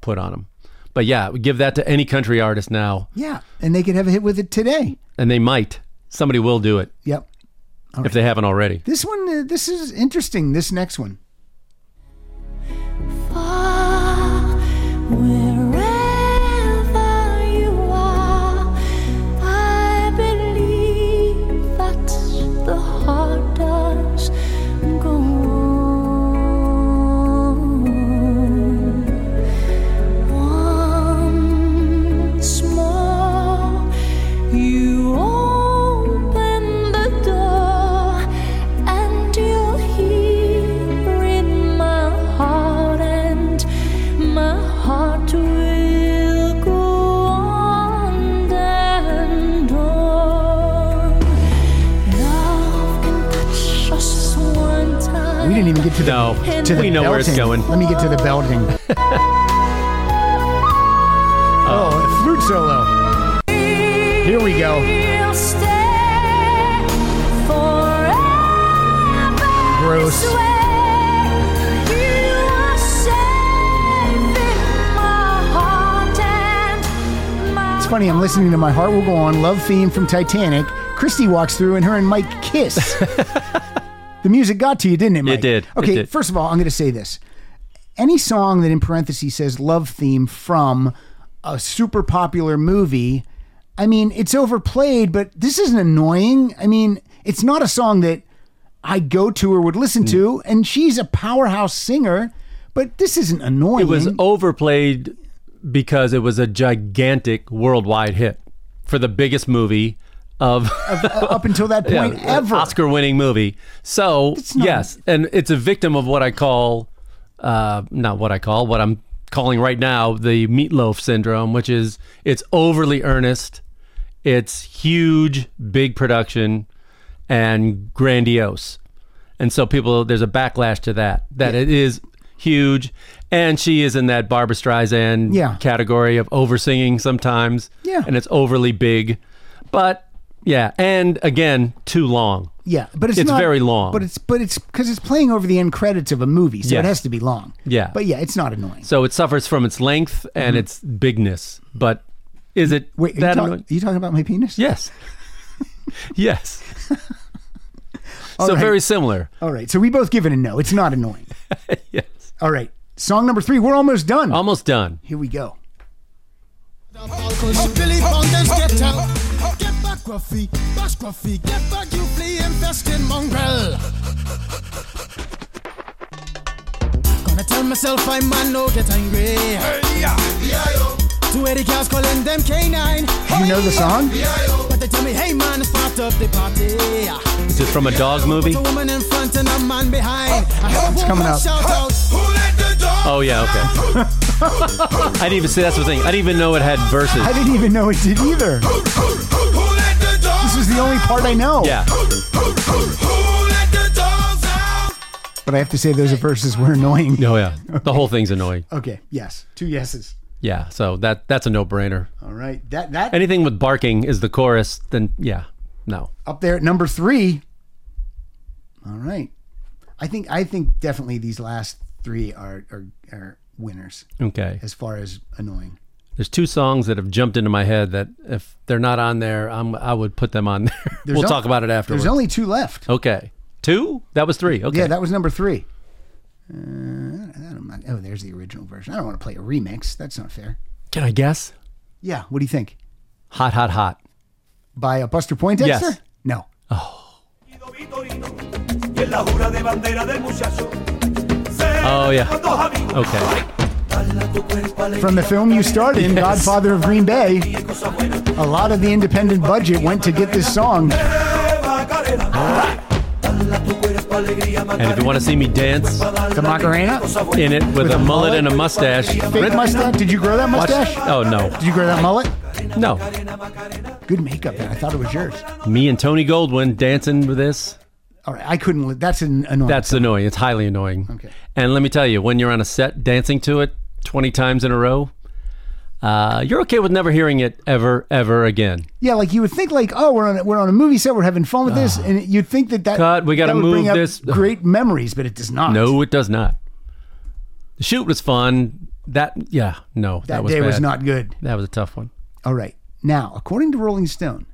[SPEAKER 2] put on them. But yeah, give that to any country artist now,
[SPEAKER 1] Yeah, and they could have a hit with it today.
[SPEAKER 2] and they might. Somebody will do it
[SPEAKER 1] Yep.
[SPEAKER 2] if they haven't already.
[SPEAKER 1] This one, uh, this is interesting. This next one.
[SPEAKER 4] Wherever you are, I believe that the heart does go on. Once more, you open the door, and you'll hear in my heart, and my heart will go on and on. Love can touch us one time.
[SPEAKER 1] We didn't even get to the
[SPEAKER 2] No,
[SPEAKER 1] to the
[SPEAKER 2] we know where it's
[SPEAKER 1] belting.
[SPEAKER 2] going.
[SPEAKER 1] Let me get to the belting. oh, a flute solo. Here we go.
[SPEAKER 4] We'll stay forever.
[SPEAKER 1] Gross. It's funny. I'm listening to "My Heart Will Go On" love theme from Titanic. Christy walks through, and her and Mike kiss. the music got to you, didn't it? Mike?
[SPEAKER 2] did. It
[SPEAKER 1] Okay.
[SPEAKER 2] did.
[SPEAKER 1] First of all, I'm going to say this: any song that in parentheses says "love theme" from a super popular movie, I mean, it's overplayed, but this isn't annoying. I mean, it's not a song that I go to or would listen
[SPEAKER 2] Mm.
[SPEAKER 1] to, and she's a powerhouse singer. But this isn't annoying.
[SPEAKER 2] It was overplayed because it was a gigantic worldwide hit for the biggest movie of
[SPEAKER 1] up until that
[SPEAKER 2] Yeah, uh,
[SPEAKER 1] point ever.
[SPEAKER 2] Oscar winning movie. So
[SPEAKER 1] not-
[SPEAKER 2] yes, and it's a victim of what I call, uh, not what I call, what I'm calling right now the meatloaf syndrome, which is it's overly earnest, it's huge, big production, and grandiose, and so people there's a backlash to that that it is huge. And she is in that Barbara Streisand
[SPEAKER 1] Yeah.
[SPEAKER 2] category of over singing sometimes.
[SPEAKER 1] Yeah.
[SPEAKER 2] And it's overly big. But yeah, and again, too long.
[SPEAKER 1] Yeah, but it's,
[SPEAKER 2] It's
[SPEAKER 1] not-
[SPEAKER 2] very long.
[SPEAKER 1] But it's but it's because it's playing over the end credits of a movie, so
[SPEAKER 2] Yeah.
[SPEAKER 1] it has to be long.
[SPEAKER 2] Yeah.
[SPEAKER 1] but yeah, it's not annoying.
[SPEAKER 2] So it suffers from its length and its bigness. But is it
[SPEAKER 1] Wait, are you,
[SPEAKER 2] that
[SPEAKER 1] talk-
[SPEAKER 2] annoying?
[SPEAKER 1] are you talking about my penis?
[SPEAKER 2] Yes. yes.
[SPEAKER 1] All
[SPEAKER 2] so
[SPEAKER 1] right.
[SPEAKER 2] very similar.
[SPEAKER 1] All right, so we both give it a no. It's not annoying.
[SPEAKER 2] Yes.
[SPEAKER 1] All right, song number three. We're almost done.
[SPEAKER 2] Almost done.
[SPEAKER 1] Here we go.
[SPEAKER 7] Billy Fountains, get out. Get back, Ruffy. Bash, Ruffy. Get back, you flea infested mongrel. Gonna tell myself I'm man, no get angry.
[SPEAKER 11] Two Eddie cows calling them K9.
[SPEAKER 1] You know the song?
[SPEAKER 11] But they tell me, hey man, it's part of the party.
[SPEAKER 2] Is it from a dog movie?
[SPEAKER 11] A woman in front and a man behind. I heard a
[SPEAKER 2] It's coming
[SPEAKER 11] woman
[SPEAKER 2] up.
[SPEAKER 11] shout out.
[SPEAKER 2] Oh yeah, okay. I didn't even see that's the thing. I didn't even know it had verses.
[SPEAKER 1] I didn't even know it did either. This is the only part I know.
[SPEAKER 2] Yeah.
[SPEAKER 1] But I have to say those verses were annoying.
[SPEAKER 2] No, Oh, yeah. The whole thing's annoying.
[SPEAKER 1] Okay. Yes. Two yeses.
[SPEAKER 2] Yeah, so that that's a no-brainer.
[SPEAKER 1] All right. That that
[SPEAKER 2] Anything with barking is the chorus, then yeah. No.
[SPEAKER 1] up there at number three. All right. I think I think definitely these last three are are, are winners
[SPEAKER 2] Okay.
[SPEAKER 1] as far as annoying.
[SPEAKER 2] There's two songs that have jumped into my head that if they're not on there, I'm, I would put them on there.
[SPEAKER 1] There's
[SPEAKER 2] we'll
[SPEAKER 1] on-
[SPEAKER 2] talk about it afterwards.
[SPEAKER 1] There's only two left.
[SPEAKER 2] okay. Two? That was three. Okay.
[SPEAKER 1] Yeah, that was number three. Uh, I don't mind. Oh, there's the original version. I don't want to play a remix. That's not fair.
[SPEAKER 2] Can I guess?
[SPEAKER 1] Yeah. What do you think?
[SPEAKER 2] Hot, hot, hot.
[SPEAKER 1] By a Buster Poindexter?
[SPEAKER 2] Yes.
[SPEAKER 1] No.
[SPEAKER 12] Y es la jura de bandera del muchacho.
[SPEAKER 2] Oh yeah. Okay.
[SPEAKER 1] From the film you starred in, Godfather of Green Bay, a lot of the independent budget went to get this song.
[SPEAKER 2] And if you want to see me dance,
[SPEAKER 1] the Macarena
[SPEAKER 2] in it with, a, mullet and a mustache.
[SPEAKER 1] Fake mustache? Did you grow that
[SPEAKER 2] Watch-
[SPEAKER 1] mustache?
[SPEAKER 2] Oh no,
[SPEAKER 1] Did you grow that mullet?
[SPEAKER 2] no.
[SPEAKER 1] Good makeup there. I thought it was yours.
[SPEAKER 2] Me and Tony Goldwyn dancing with this.
[SPEAKER 1] All right, I couldn't. li- That's an annoying.
[SPEAKER 2] That's annoying. It's highly annoying.
[SPEAKER 1] Okay.
[SPEAKER 2] And let me tell you, when you're on a set dancing to it 20 times in a row, uh, you're okay with never hearing it ever, ever again.
[SPEAKER 1] yeah, like you would think, like, oh, we're on a, we're on a movie set, we're having fun with this, and you'd think that that
[SPEAKER 2] Uh-huh. Cut, we gotta
[SPEAKER 1] that would bring
[SPEAKER 2] move
[SPEAKER 1] up
[SPEAKER 2] this.
[SPEAKER 1] Great memories, but it does not.
[SPEAKER 2] No, it does not. The shoot was fun. That, yeah, no, that,
[SPEAKER 1] that
[SPEAKER 2] was
[SPEAKER 1] day was
[SPEAKER 2] bad.
[SPEAKER 1] not good.
[SPEAKER 2] That was a tough one.
[SPEAKER 1] All right, now according to Rolling Stone,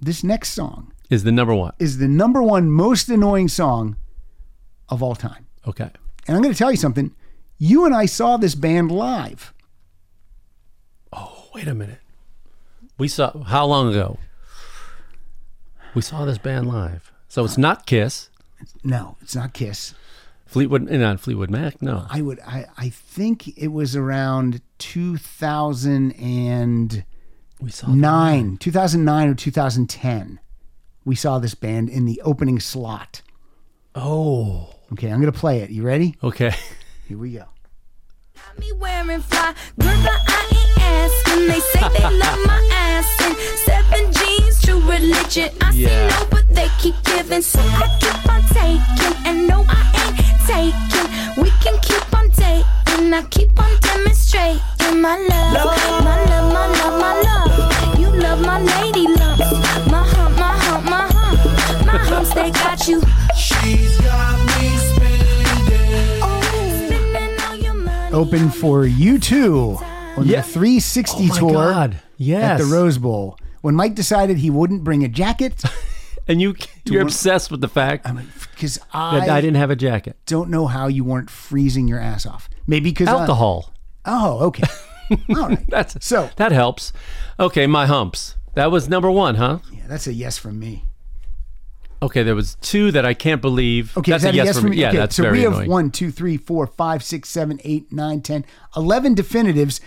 [SPEAKER 1] this next song
[SPEAKER 2] Is the number one.
[SPEAKER 1] is the number one most annoying song of all time.
[SPEAKER 2] Okay.
[SPEAKER 1] And I'm going to tell you something. You and I saw this band live.
[SPEAKER 2] Wait a minute. We saw, how long ago? We saw this band live. So it's not Kiss.
[SPEAKER 1] No, it's not Kiss.
[SPEAKER 2] Fleetwood, eh, not Fleetwood Mac, no.
[SPEAKER 1] I would I, I think it was around 2009,
[SPEAKER 2] We saw them.
[SPEAKER 1] 2009 or 2010. We saw this band in the opening slot.
[SPEAKER 2] Oh.
[SPEAKER 1] Okay, I'm going to play it. You ready?
[SPEAKER 2] Okay.
[SPEAKER 1] Here we go.
[SPEAKER 13] me wearing fly. Girl, but I ain't asking. They say they love my ass and seven G's, true religion. I say
[SPEAKER 2] Yeah.
[SPEAKER 13] no, but they keep giving. So I keep on taking, and no, I ain't taking. We can keep on dating. I keep on demonstrating my love, my love, my love, my love. You love my lady love, my hump, my hump, my hump, my humps. They got you. She's got me spinning. Oh, spinning all your money.
[SPEAKER 1] Open for you two on
[SPEAKER 2] Yeah.
[SPEAKER 1] the 360
[SPEAKER 2] Oh my
[SPEAKER 1] tour
[SPEAKER 2] God,
[SPEAKER 1] at
[SPEAKER 2] yes.
[SPEAKER 1] the Rose Bowl. When Mike decided he wouldn't bring a jacket
[SPEAKER 2] And you you're obsessed with the fact
[SPEAKER 1] because
[SPEAKER 2] that I, didn't have a jacket.
[SPEAKER 1] don't know how you weren't freezing your ass off. Maybe because
[SPEAKER 2] Alcohol.
[SPEAKER 1] oh, okay. All right.
[SPEAKER 2] That's
[SPEAKER 1] So
[SPEAKER 2] that helps. Okay, my humps. That was number one, huh?
[SPEAKER 1] yeah, that's a yes from me.
[SPEAKER 2] Okay, there was two that I can't believe.
[SPEAKER 1] Okay,
[SPEAKER 2] that's
[SPEAKER 1] is that
[SPEAKER 2] a yes, for me. Yeah,
[SPEAKER 1] Okay,
[SPEAKER 2] that's
[SPEAKER 1] so
[SPEAKER 2] very
[SPEAKER 1] we have
[SPEAKER 2] annoying.
[SPEAKER 1] one, two, three, four, five, six, seven, eight, nine, ten, eleven definitives.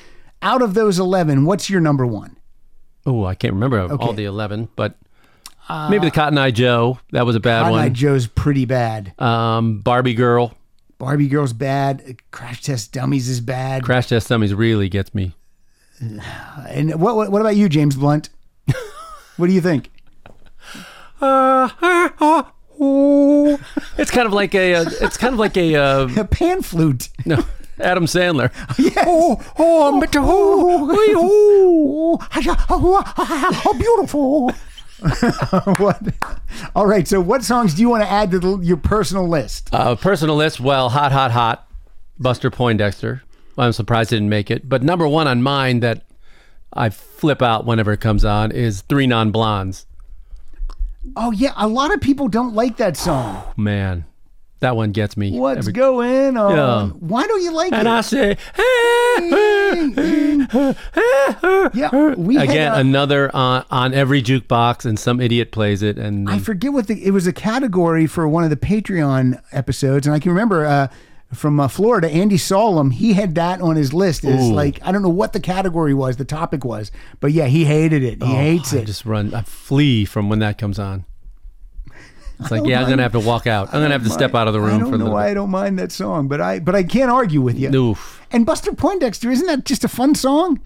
[SPEAKER 1] Out of those eleven, what's your number one?
[SPEAKER 2] Oh, I can't remember all
[SPEAKER 1] Okay.
[SPEAKER 2] the eleven, but maybe the Cotton Eye Joe. That was a bad
[SPEAKER 1] Hot Eye
[SPEAKER 2] one.
[SPEAKER 1] Joe's pretty bad.
[SPEAKER 2] Um, Barbie Girl.
[SPEAKER 1] Barbie Girl's bad. Crash Test Dummies is bad.
[SPEAKER 2] Crash Test Dummies really gets me.
[SPEAKER 1] And what, what what about you, James Blunt? what do you think?
[SPEAKER 2] It's kind of like a. Uh, it's kind of like a. Uh,
[SPEAKER 1] A pan flute.
[SPEAKER 2] no, Adam Sandler.
[SPEAKER 1] Oh, oh, Mr. Oh, oh, beautiful. what? All right. So, what songs do you want to add to the, your personal list?
[SPEAKER 2] Uh, personal list, well, hot, hot, hot. Buster Poindexter. I'm surprised it didn't make it. But number one on mine that I flip out whenever it comes on is Three Non Blondes.
[SPEAKER 1] Oh yeah, a lot of people don't like that song.
[SPEAKER 2] Man, that one gets me.
[SPEAKER 1] What's
[SPEAKER 2] every-
[SPEAKER 1] going on?
[SPEAKER 2] Yeah.
[SPEAKER 1] Why don't you like
[SPEAKER 2] And
[SPEAKER 1] it?
[SPEAKER 2] I say,
[SPEAKER 1] yeah, we had
[SPEAKER 2] again,
[SPEAKER 1] a-
[SPEAKER 2] another on, on every jukebox, and some idiot plays it. And
[SPEAKER 1] I forget what the it was a category for one of the Patreon episodes, and I can remember uh, from uh, Florida, Andy Solom, he had that on his list. Is
[SPEAKER 2] Ooh.
[SPEAKER 1] like I don't know what the category was, the topic was, but yeah, he hated it. He hates
[SPEAKER 2] Oh, I
[SPEAKER 1] it.
[SPEAKER 2] just run. I flee from when that comes on. It's like,
[SPEAKER 1] don't
[SPEAKER 2] yeah, I'm
[SPEAKER 1] mind-
[SPEAKER 2] gonna have to walk out. I'm gonna have to step out of the
[SPEAKER 1] oh I
[SPEAKER 2] room
[SPEAKER 1] don't
[SPEAKER 2] for
[SPEAKER 1] know
[SPEAKER 2] the.
[SPEAKER 1] why I don't mind that song, but I but I can't argue with you. And Buster Poindexter, isn't that just a fun song?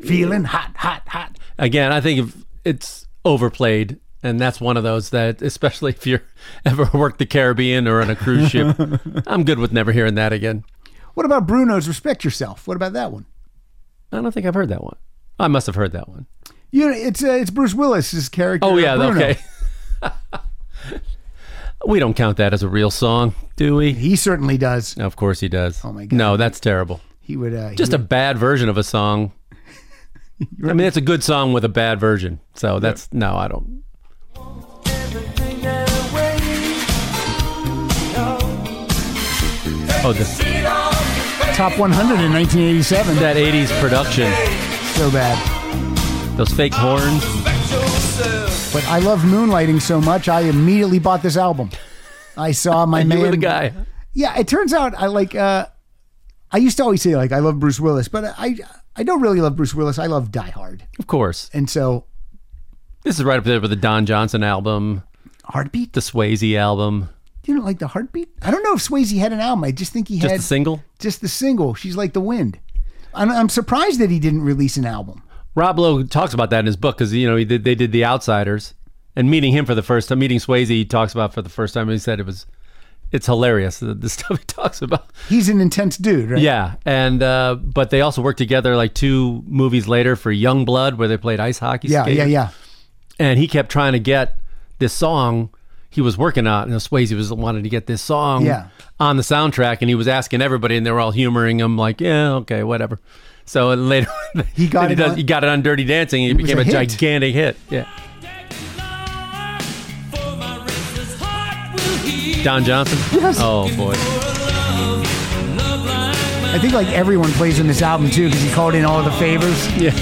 [SPEAKER 1] Feeling hot, hot, hot.
[SPEAKER 2] Again, I think if it's overplayed, and that's one of those that, especially if you're ever worked the Caribbean or on a cruise ship, I'm good with never hearing that again.
[SPEAKER 1] What about Bruno's "Respect Yourself"? What about that one?
[SPEAKER 2] I don't think I've heard that one. I must have heard that one.
[SPEAKER 1] You know, it's uh, it's Bruce Willis's character.
[SPEAKER 2] Oh yeah,
[SPEAKER 1] Bruno.
[SPEAKER 2] okay. we don't count that as a real song, do we?
[SPEAKER 1] He certainly does.
[SPEAKER 2] Of course he does. Oh my god. No, that's terrible.
[SPEAKER 1] He would uh, he
[SPEAKER 2] Just a
[SPEAKER 1] would-
[SPEAKER 2] bad version of a song. I mean, it's a good song with a bad version. So that's no, I don't. Oh, the
[SPEAKER 1] top 100 in 1987.
[SPEAKER 2] That 80s production.
[SPEAKER 1] So bad.
[SPEAKER 2] Those fake horns.
[SPEAKER 1] But I love moonlighting so much, I immediately bought this album. I saw my
[SPEAKER 2] You
[SPEAKER 1] man.
[SPEAKER 2] were the guy.
[SPEAKER 1] Yeah, it turns out I like. Uh, I used to always say like I love Bruce Willis, but I I don't really love Bruce Willis. I love Die Hard,
[SPEAKER 2] Of course.
[SPEAKER 1] and so
[SPEAKER 2] This is right up there with the Don Johnson album.
[SPEAKER 1] Heartbeat?
[SPEAKER 2] The Swayze album.
[SPEAKER 1] you don't like the Heartbeat. I don't know if Swayze had an album. I just think he
[SPEAKER 2] Just
[SPEAKER 1] had
[SPEAKER 2] the single.
[SPEAKER 1] just the single. She's like the wind. I'm, I'm surprised that he didn't release an album.
[SPEAKER 2] Rob Lowe talks about that in his book because you know he did, they did The Outsiders, and meeting him for the first time, meeting Swayze, he talks about for the first time. He said it was, it's hilarious the, the stuff he talks about.
[SPEAKER 1] He's an intense dude, right?
[SPEAKER 2] Yeah, and uh, but they also worked together like two movies later for Young Blood, where they played ice hockey.
[SPEAKER 1] yeah, yeah,
[SPEAKER 2] skating.
[SPEAKER 1] yeah.
[SPEAKER 2] And he kept trying to get this song he was working on, and Swayze was wanted to get this song
[SPEAKER 1] Yeah.
[SPEAKER 2] on the soundtrack, and he was asking everybody, and they were all humoring him like, yeah, okay, whatever. So and later he
[SPEAKER 1] got
[SPEAKER 2] he,
[SPEAKER 1] it
[SPEAKER 2] does,
[SPEAKER 1] on-
[SPEAKER 2] he got it on Dirty Dancing, and it,
[SPEAKER 1] It was
[SPEAKER 2] became
[SPEAKER 1] a
[SPEAKER 2] a,
[SPEAKER 1] hit.
[SPEAKER 2] gigantic hit. Yeah, Don Johnson.
[SPEAKER 1] Yes.
[SPEAKER 2] Oh boy.
[SPEAKER 1] I think like everyone plays on this album too because he called in all the favors.
[SPEAKER 2] Yeah.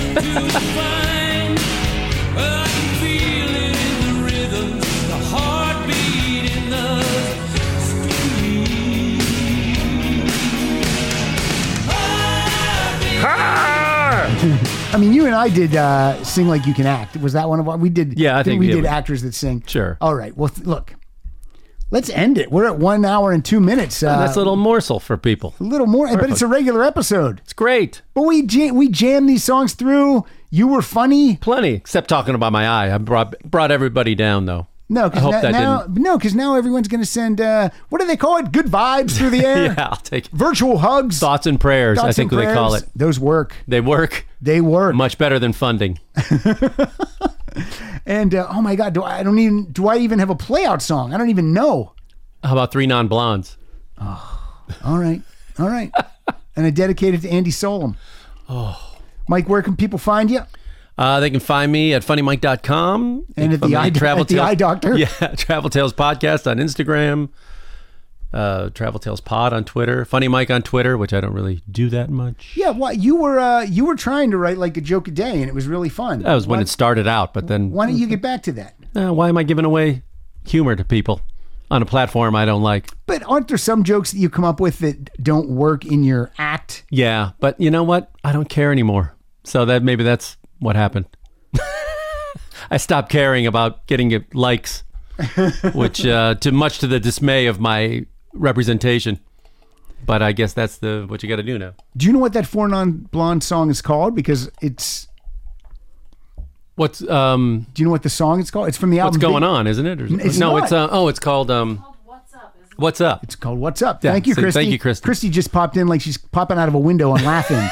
[SPEAKER 1] I mean, you and I did uh, sing like you can act. Was that one of our? We did.
[SPEAKER 2] Yeah, I think
[SPEAKER 1] we
[SPEAKER 2] we
[SPEAKER 1] did
[SPEAKER 2] did.
[SPEAKER 1] actors that sing.
[SPEAKER 2] Sure.
[SPEAKER 1] All right. Well, th- look, let's end it. We're at one hour and two minutes. Uh,
[SPEAKER 2] That's a little morsel for people.
[SPEAKER 1] a little more, but it's a regular episode.
[SPEAKER 2] It's great.
[SPEAKER 1] But we jam- we jam these songs through. You were funny.
[SPEAKER 2] Plenty, except talking about my eye. I brought brought everybody down though.
[SPEAKER 1] No,
[SPEAKER 2] I hope
[SPEAKER 1] because
[SPEAKER 2] that
[SPEAKER 1] now, no, because now everyone's going to send uh, what do they call it? Good vibes through the air.
[SPEAKER 2] didn't. Yeah, I'll take it.
[SPEAKER 1] Virtual hugs.
[SPEAKER 2] thoughts and prayers. I
[SPEAKER 1] thoughts
[SPEAKER 2] think
[SPEAKER 1] and
[SPEAKER 2] they call
[SPEAKER 1] prayers.
[SPEAKER 2] it.
[SPEAKER 1] Those work.
[SPEAKER 2] They work
[SPEAKER 1] They work.
[SPEAKER 2] much better than funding.
[SPEAKER 1] And uh, oh my God, do I, I don't even do I even have a playout song? I don't even know.
[SPEAKER 2] How about three non blondes?
[SPEAKER 1] All right, all right. and I dedicate it to Andy Solom. Oh, Mike, where can people find you?
[SPEAKER 2] Uh, they can find me at funnymike.com
[SPEAKER 1] And at
[SPEAKER 2] They can
[SPEAKER 1] the
[SPEAKER 2] find me
[SPEAKER 1] eye- at the
[SPEAKER 2] Tales-
[SPEAKER 1] eye doctor.
[SPEAKER 2] Yeah, Travel Tales Podcast on Instagram, uh, Travel Tales Pod on Twitter, Funny Mike on Twitter, which I don't really do that much.
[SPEAKER 1] Yeah, why you were uh, you were trying to write like a joke a day, and it was really fun.
[SPEAKER 2] That was when
[SPEAKER 1] why,
[SPEAKER 2] it started out, but then
[SPEAKER 1] Why don't you get back to that?
[SPEAKER 2] uh, why am I giving away humor to people on a platform I don't like?
[SPEAKER 1] But aren't there some jokes that you come up with that don't work in your act?
[SPEAKER 2] Yeah, but you know what? I don't care anymore. So that maybe that's what happened. I stopped caring about getting uh, likes, which uh, to much to the dismay of my representation. But I guess that's the what you got to do now.
[SPEAKER 1] Do you know what that four non blonde song is called? Because it's
[SPEAKER 2] What's um
[SPEAKER 1] do you know what the song is called? It's from the album.
[SPEAKER 2] what's going
[SPEAKER 1] Big-
[SPEAKER 2] on, isn't it? Or-
[SPEAKER 1] It's
[SPEAKER 2] no,
[SPEAKER 1] not.
[SPEAKER 2] it's uh, oh, it's called um what's up.
[SPEAKER 1] It's called What's Up.
[SPEAKER 2] Yeah,
[SPEAKER 1] thank you,
[SPEAKER 2] so
[SPEAKER 1] Christy.
[SPEAKER 2] thank you, Christy.
[SPEAKER 1] Christy just popped in like she's popping out of a window and laughing.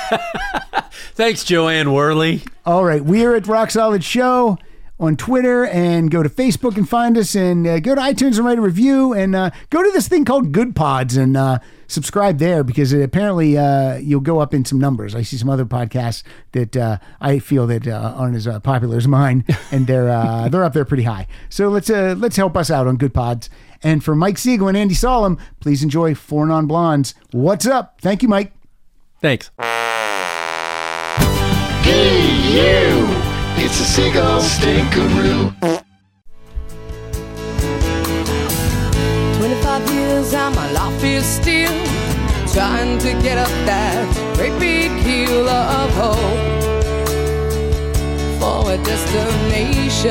[SPEAKER 2] Thanks, Joanne Worley.
[SPEAKER 1] All right, we are at Rock Solid Show on Twitter and go to Facebook and find us and uh, go to iTunes and write a review and uh, go to this thing called Good Pods and uh, subscribe there because it, apparently uh, you'll go up in some numbers. I see some other podcasts that uh, I feel that uh, aren't as uh, popular as mine and they're uh, they're up there pretty high. So let's uh, let's help us out on Good Pods. And for Mike Siegel and Andy Solom, please enjoy Four Non Blondes. What's up? Thank you, Mike.
[SPEAKER 2] Thanks.
[SPEAKER 9] It's a seagull stinkeroo.
[SPEAKER 14] 25 years and my life is still
[SPEAKER 15] get up that great big hill of hope for a destination.